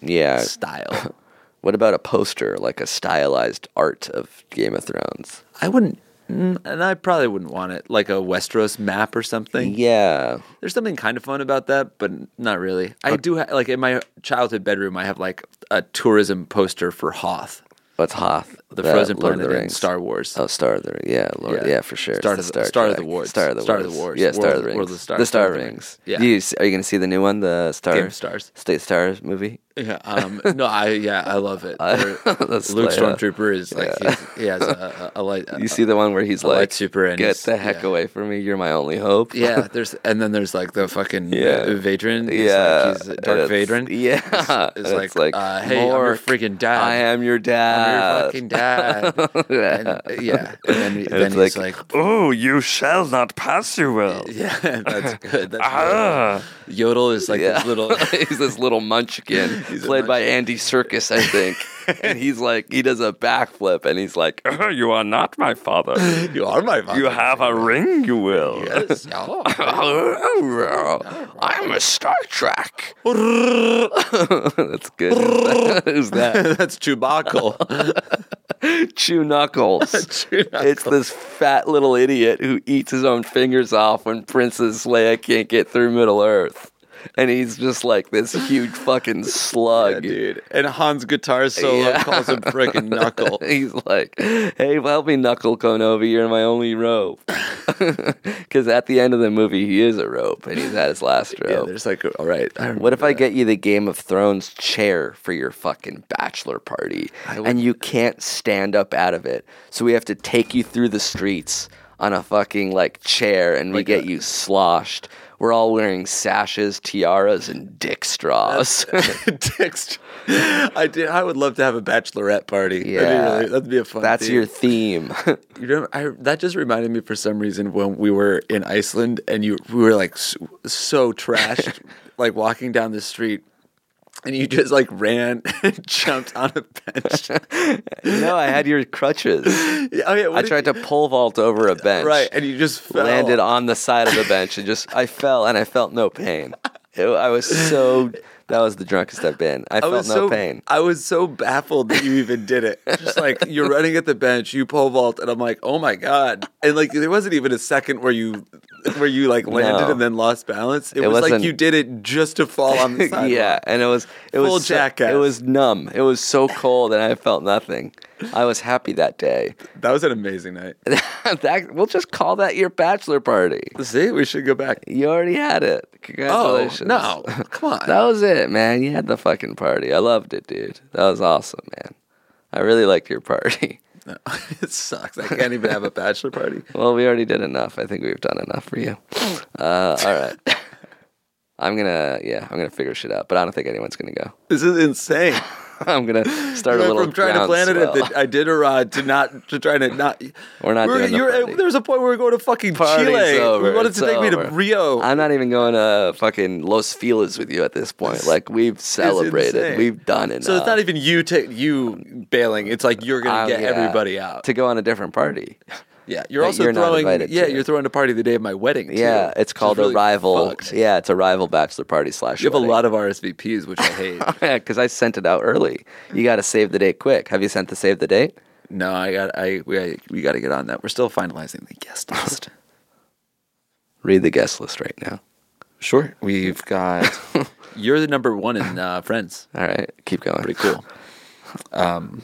Speaker 4: yeah (laughs)
Speaker 5: style.
Speaker 4: what about a poster like a stylized art of Game of Thrones
Speaker 5: I wouldn't, mm, and I probably wouldn't want it like a Westeros map or something.
Speaker 4: yeah
Speaker 5: There's something kind of fun about that, but not really. I do ha- like in my childhood bedroom, I have like a tourism poster for Hoth,
Speaker 4: what's Hoth
Speaker 5: the Frozen
Speaker 4: Lord of
Speaker 5: planet
Speaker 4: the
Speaker 5: in
Speaker 4: Rings.
Speaker 5: Star Wars.
Speaker 4: Oh, Star of the Rings. Yeah, Lord. Yeah,
Speaker 5: Yeah.
Speaker 4: for sure.
Speaker 5: Star
Speaker 4: It's
Speaker 5: of the- Star of the
Speaker 4: Trek.
Speaker 5: Wars.
Speaker 4: Star of the
Speaker 5: Star of
Speaker 4: Wars.
Speaker 5: the Wars.
Speaker 4: Yeah, Star of
Speaker 5: World
Speaker 4: the
Speaker 5: of-
Speaker 4: Rings.
Speaker 5: World of the Stars.
Speaker 4: The
Speaker 5: Star
Speaker 4: Star
Speaker 5: of the
Speaker 4: Rings.
Speaker 5: Rings. Yeah.
Speaker 4: Do you s- are you going to see the new one, the Star
Speaker 5: Game of Stars.
Speaker 4: State Stars movie?
Speaker 5: Yeah, um, no, I yeah, I love
Speaker 4: (laughs)
Speaker 5: it. They're-
Speaker 4: that's
Speaker 5: Luke
Speaker 4: like, uh,
Speaker 5: Stormtrooper is like he's, he has a, a, a light. uh,
Speaker 4: You see the one where he's
Speaker 5: I like
Speaker 4: like,
Speaker 5: Super and
Speaker 4: "Get
Speaker 5: he's-
Speaker 4: the heck
Speaker 5: yeah.
Speaker 4: away from me! You're my only hope."
Speaker 5: yeah, there's and then there's like the fucking
Speaker 4: Yeah.
Speaker 5: yeah. Vadrin. He's
Speaker 4: yeah,
Speaker 5: like, he's
Speaker 4: and
Speaker 5: Dark
Speaker 4: it's-
Speaker 5: Vadrin. (laughs)
Speaker 4: Yeah,
Speaker 5: is
Speaker 4: And
Speaker 5: like,
Speaker 4: it's like,
Speaker 5: uh, hey, I'm your
Speaker 4: "Mork,
Speaker 5: freaking dad.
Speaker 4: I am your dad.
Speaker 5: I'm your fucking (laughs) dad.
Speaker 4: (laughs)
Speaker 5: and, uh, yeah, and then,
Speaker 4: And
Speaker 5: then
Speaker 4: it's
Speaker 5: he's
Speaker 4: like,
Speaker 5: like, (laughs)
Speaker 2: Oh, you shall not pass, you will.
Speaker 5: yeah, (laughs) that's good. That's
Speaker 4: "Ah."
Speaker 5: good. Yodel is like
Speaker 4: (laughs)
Speaker 5: this little. (laughs)
Speaker 4: he's this little munchkin
Speaker 5: He's a
Speaker 4: played by Andy Circus, I think. and he's like, he does a backflip, and he's like, "Uh-huh,
Speaker 2: You are not my father.
Speaker 5: you are my father.
Speaker 2: You have a ring, you will.
Speaker 5: Yes, y'all.
Speaker 4: (laughs)
Speaker 5: (laughs)
Speaker 4: I'm a Star Trek. (laughs) That's good. (laughs) Who's that?
Speaker 5: (laughs)
Speaker 4: (laughs)
Speaker 5: That's Chewbacca.
Speaker 4: Chew
Speaker 5: (laughs)
Speaker 4: Knuckles. It's this fat little idiot who eats his own fingers off when Princess Leia can't get through Middle Earth. And he's just like this huge
Speaker 5: (laughs)
Speaker 4: fucking slug.
Speaker 5: dude. And Han's guitar solo
Speaker 4: Yeah.
Speaker 5: calls him freaking Knuckle.
Speaker 4: (laughs) He's like, "Hey, help me, Knuckle Konovi. You're my only rope." (laughs) Because at the end of the movie, he is a rope, and he's at his last
Speaker 5: Yeah,
Speaker 4: rope.
Speaker 5: there's like, all right. I
Speaker 4: what if I
Speaker 5: remember
Speaker 4: get you the Game of Thrones chair for your fucking bachelor party, and you can't stand up out of it? So we have to take you through the streets on a fucking like chair, and we get you sloshed. we're all wearing sashes, tiaras, and dick straws.
Speaker 5: (laughs) Text. I did. I would love to have a bachelorette party.
Speaker 4: Yeah.
Speaker 5: that'd be, really, that'd be a fun.
Speaker 4: That's
Speaker 5: theme.
Speaker 4: your theme. (laughs)
Speaker 5: You remember, I, that just reminded me for some reason when we were in Iceland and you we were like so,
Speaker 4: (laughs)
Speaker 5: so trashed, like walking down the street, and you just like ran (laughs) and jumped on a
Speaker 4: (laughs)
Speaker 5: bench.
Speaker 4: no, I had your
Speaker 5: (laughs)
Speaker 4: crutches.
Speaker 5: Yeah, oh, yeah, what
Speaker 4: I
Speaker 5: did
Speaker 4: tried
Speaker 5: you-
Speaker 4: to pole vault over a bench.
Speaker 5: right, and you just fell.
Speaker 4: landed on the side of the bench and just I fell and I felt no pain. It- I was so that was the drunkest I've been. I, felt no
Speaker 5: was so,
Speaker 4: pain.
Speaker 5: I was so baffled that you even
Speaker 4: (laughs)
Speaker 5: did it. Just like you're running at the bench, you pole vault, and I'm like, oh my god! And like there wasn't even a second where you where you like landed
Speaker 4: No.
Speaker 5: and then lost balance. It,
Speaker 4: It
Speaker 5: was like
Speaker 4: wasn't-
Speaker 5: you did it just to fall on the sidewalk.
Speaker 4: (laughs) yeah, and it was it
Speaker 5: Full
Speaker 4: was so-
Speaker 5: jackass.
Speaker 4: it was numb. It was so cold and I felt nothing. I was happy that day. (laughs)
Speaker 5: that was an amazing night.
Speaker 4: that, we'll just call that your bachelor party.
Speaker 5: See, we should go back.
Speaker 4: You already had it.
Speaker 5: Oh
Speaker 4: (laughs) Congratulations.
Speaker 5: no! Come on.
Speaker 4: That was it, man. You had the fucking party. I loved it, dude. That was awesome, man. I really liked your party.
Speaker 5: (laughs) it sucks. I can't even have a bachelor party.
Speaker 4: (laughs) Well, we already did enough. I think we've done enough for you. Uh, all right. I'm gonna, yeah, I'm gonna figure shit out, but I don't think anyone's gonna go.
Speaker 5: This
Speaker 4: (laughs)
Speaker 5: is insane.
Speaker 4: I'm gonna start a
Speaker 5: went
Speaker 4: little.
Speaker 5: from trying to plan it at (laughs)
Speaker 4: groundswell.
Speaker 5: the Iditarod to not to trying to not.
Speaker 4: (laughs) We're not doing the
Speaker 5: you were-
Speaker 4: party.
Speaker 5: There was a point where we were going to fucking
Speaker 4: Party's
Speaker 5: Chile.
Speaker 4: over.
Speaker 5: We wanted
Speaker 4: It's
Speaker 5: to take me to
Speaker 4: over.
Speaker 5: Rio.
Speaker 4: I'm not even going to fucking Los Feliz with you at this point. Like we've celebrated,
Speaker 5: insane.
Speaker 4: we've done enough.
Speaker 5: so it's not even you ta- you bailing. It's like you're gonna
Speaker 4: Um,
Speaker 5: get
Speaker 4: yeah,
Speaker 5: everybody out.
Speaker 4: to go on a different
Speaker 5: (laughs)
Speaker 4: party.
Speaker 5: yeah, you're
Speaker 4: that
Speaker 5: also
Speaker 4: you're not
Speaker 5: throwing.
Speaker 4: invited
Speaker 5: Yeah,
Speaker 4: to.
Speaker 5: you're throwing a party the day of my wedding. Too,
Speaker 4: Yeah,
Speaker 5: which is
Speaker 4: it's called
Speaker 5: really
Speaker 4: a rival.
Speaker 5: fucked.
Speaker 4: Yeah, it's a rival bachelor party slash.
Speaker 5: You have a lot of RSVPs, which I hate.
Speaker 4: (laughs) yeah, because I sent it out early. You got to save the date quick. Have you sent the save the date?
Speaker 5: no, I got. I we I, we got to get on that. We're still finalizing the
Speaker 4: (laughs)
Speaker 5: guest list.
Speaker 4: Read the guest list right now.
Speaker 5: sure,
Speaker 4: (laughs)
Speaker 5: we've got. you're the number one in uh, Friends.
Speaker 4: All right, keep going.
Speaker 5: pretty cool.
Speaker 4: (laughs)
Speaker 5: Um,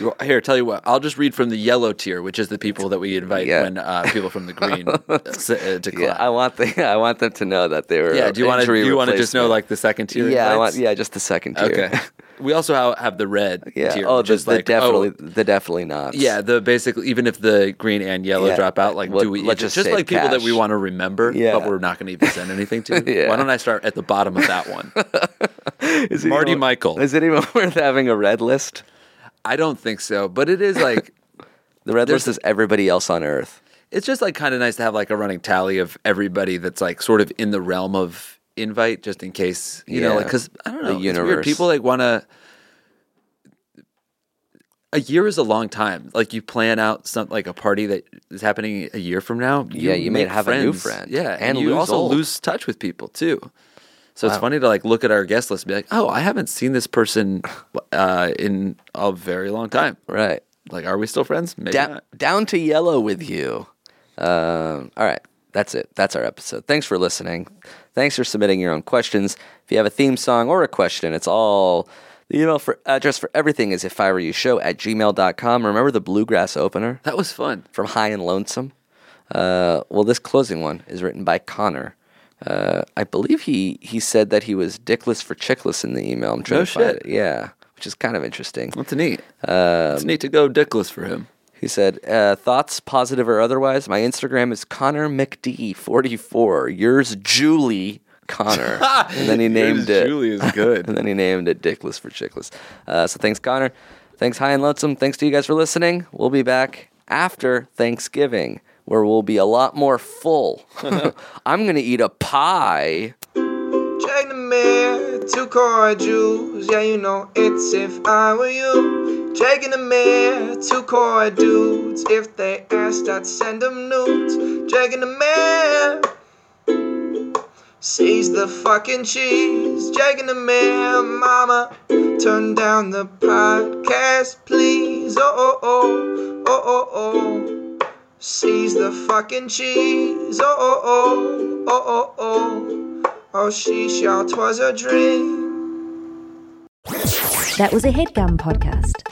Speaker 5: you- here, tell you what, I'll just read from the yellow tier, which is the people that we invite
Speaker 4: Yeah.
Speaker 5: when uh, people
Speaker 4: (laughs)
Speaker 5: from the green s- uh, decline.
Speaker 4: Yeah, I want the (laughs) I want them to know that they were.
Speaker 5: Yeah, do you want to?
Speaker 4: injury
Speaker 5: You want to just know
Speaker 4: replacement.
Speaker 5: like the second tier?
Speaker 4: Yeah, I want,
Speaker 5: invites?
Speaker 4: yeah, just the second tier.
Speaker 5: Okay. we also ha- have the red
Speaker 4: (laughs) yeah.
Speaker 5: tier.
Speaker 4: oh,
Speaker 5: which
Speaker 4: the,
Speaker 5: is
Speaker 4: the
Speaker 5: like,
Speaker 4: definitely
Speaker 5: oh,
Speaker 4: the definitely not.
Speaker 5: yeah, the basically even if the green and yellow
Speaker 4: Yeah.
Speaker 5: drop out, like
Speaker 4: Let-
Speaker 5: do we
Speaker 4: let's
Speaker 5: just,
Speaker 4: just
Speaker 5: just
Speaker 4: say
Speaker 5: like people that we
Speaker 4: cash.
Speaker 5: want to remember,
Speaker 4: Yeah.
Speaker 5: but we're not going to even send anything to?
Speaker 4: (laughs) Yeah.
Speaker 5: Why don't I start at the bottom of
Speaker 4: (laughs)
Speaker 5: that one?
Speaker 4: (laughs) is it
Speaker 5: Marty
Speaker 4: even- (laughs)
Speaker 5: Michael.
Speaker 4: Is it even worth having a red list?
Speaker 5: I don't think so, but it is like
Speaker 4: The red
Speaker 5: There's-
Speaker 4: list is everybody else on Earth.
Speaker 5: it's just like kind of nice to have like a running tally of everybody that's like sort of in the realm of invite just in case you know
Speaker 4: Yeah.
Speaker 5: like because i don't
Speaker 4: The
Speaker 5: know it's weird.
Speaker 4: universe.
Speaker 5: people like want to a year is a long time like you plan out some like a party that is happening a year from now
Speaker 4: Yeah, you may
Speaker 5: make
Speaker 4: have a new friend.
Speaker 5: friends. yeah and,
Speaker 4: And
Speaker 5: you
Speaker 4: lose
Speaker 5: also
Speaker 4: old.
Speaker 5: lose touch with people too so it's
Speaker 4: Wow.
Speaker 5: funny to like look at our guest list and be like oh i haven't seen this person uh, in a very long time
Speaker 4: Right.
Speaker 5: like are we still friends maybe
Speaker 4: down,
Speaker 5: not.
Speaker 4: down to yellow with you. Um, all right. That's it. That's our episode. Thanks for listening. Thanks for submitting your own questions. If you have a theme song or a question, it's all the email for address for everything is if I were you show at gmail.com. Remember the bluegrass opener
Speaker 5: that was fun
Speaker 4: from High and Lonesome? Uh, well, this closing one is written by Connor. Uh, I believe he he said that he was dickless for chickless in the email. I'm trying
Speaker 5: No
Speaker 4: to find
Speaker 5: shit.
Speaker 4: it. Yeah, which is kind of interesting.
Speaker 5: That's neat. it's neat to go dickless for him.
Speaker 4: He said, uh, thoughts, positive or otherwise, my Instagram is Connor McD44. Yours, Julie
Speaker 5: (laughs)
Speaker 4: Connor. and then he named it. (laughs)
Speaker 5: Julie is good.
Speaker 4: And then he named it Dickless for Chickless. Uh, so thanks, Connor. Thanks, High and Lonesome. Thanks to you guys for listening. We'll be back after Thanksgiving, where we'll be a lot more
Speaker 5: (laughs)
Speaker 4: full. (laughs) I'm going to eat a pie.
Speaker 9: Check the mail, two card dues. Yeah, you know it's if I were you. Checking the mail, two card dudes. If they asked, I'd send them nudes. Checking the mail, seize the fucking cheese. Checking the mail, mama. Turn down the podcast, please. Oh, oh, oh, oh, oh, oh. Seize the fucking cheese. Oh, oh, oh, oh, oh, oh. Oh, she shall, 'twas a dream.
Speaker 10: That was a headgum podcast.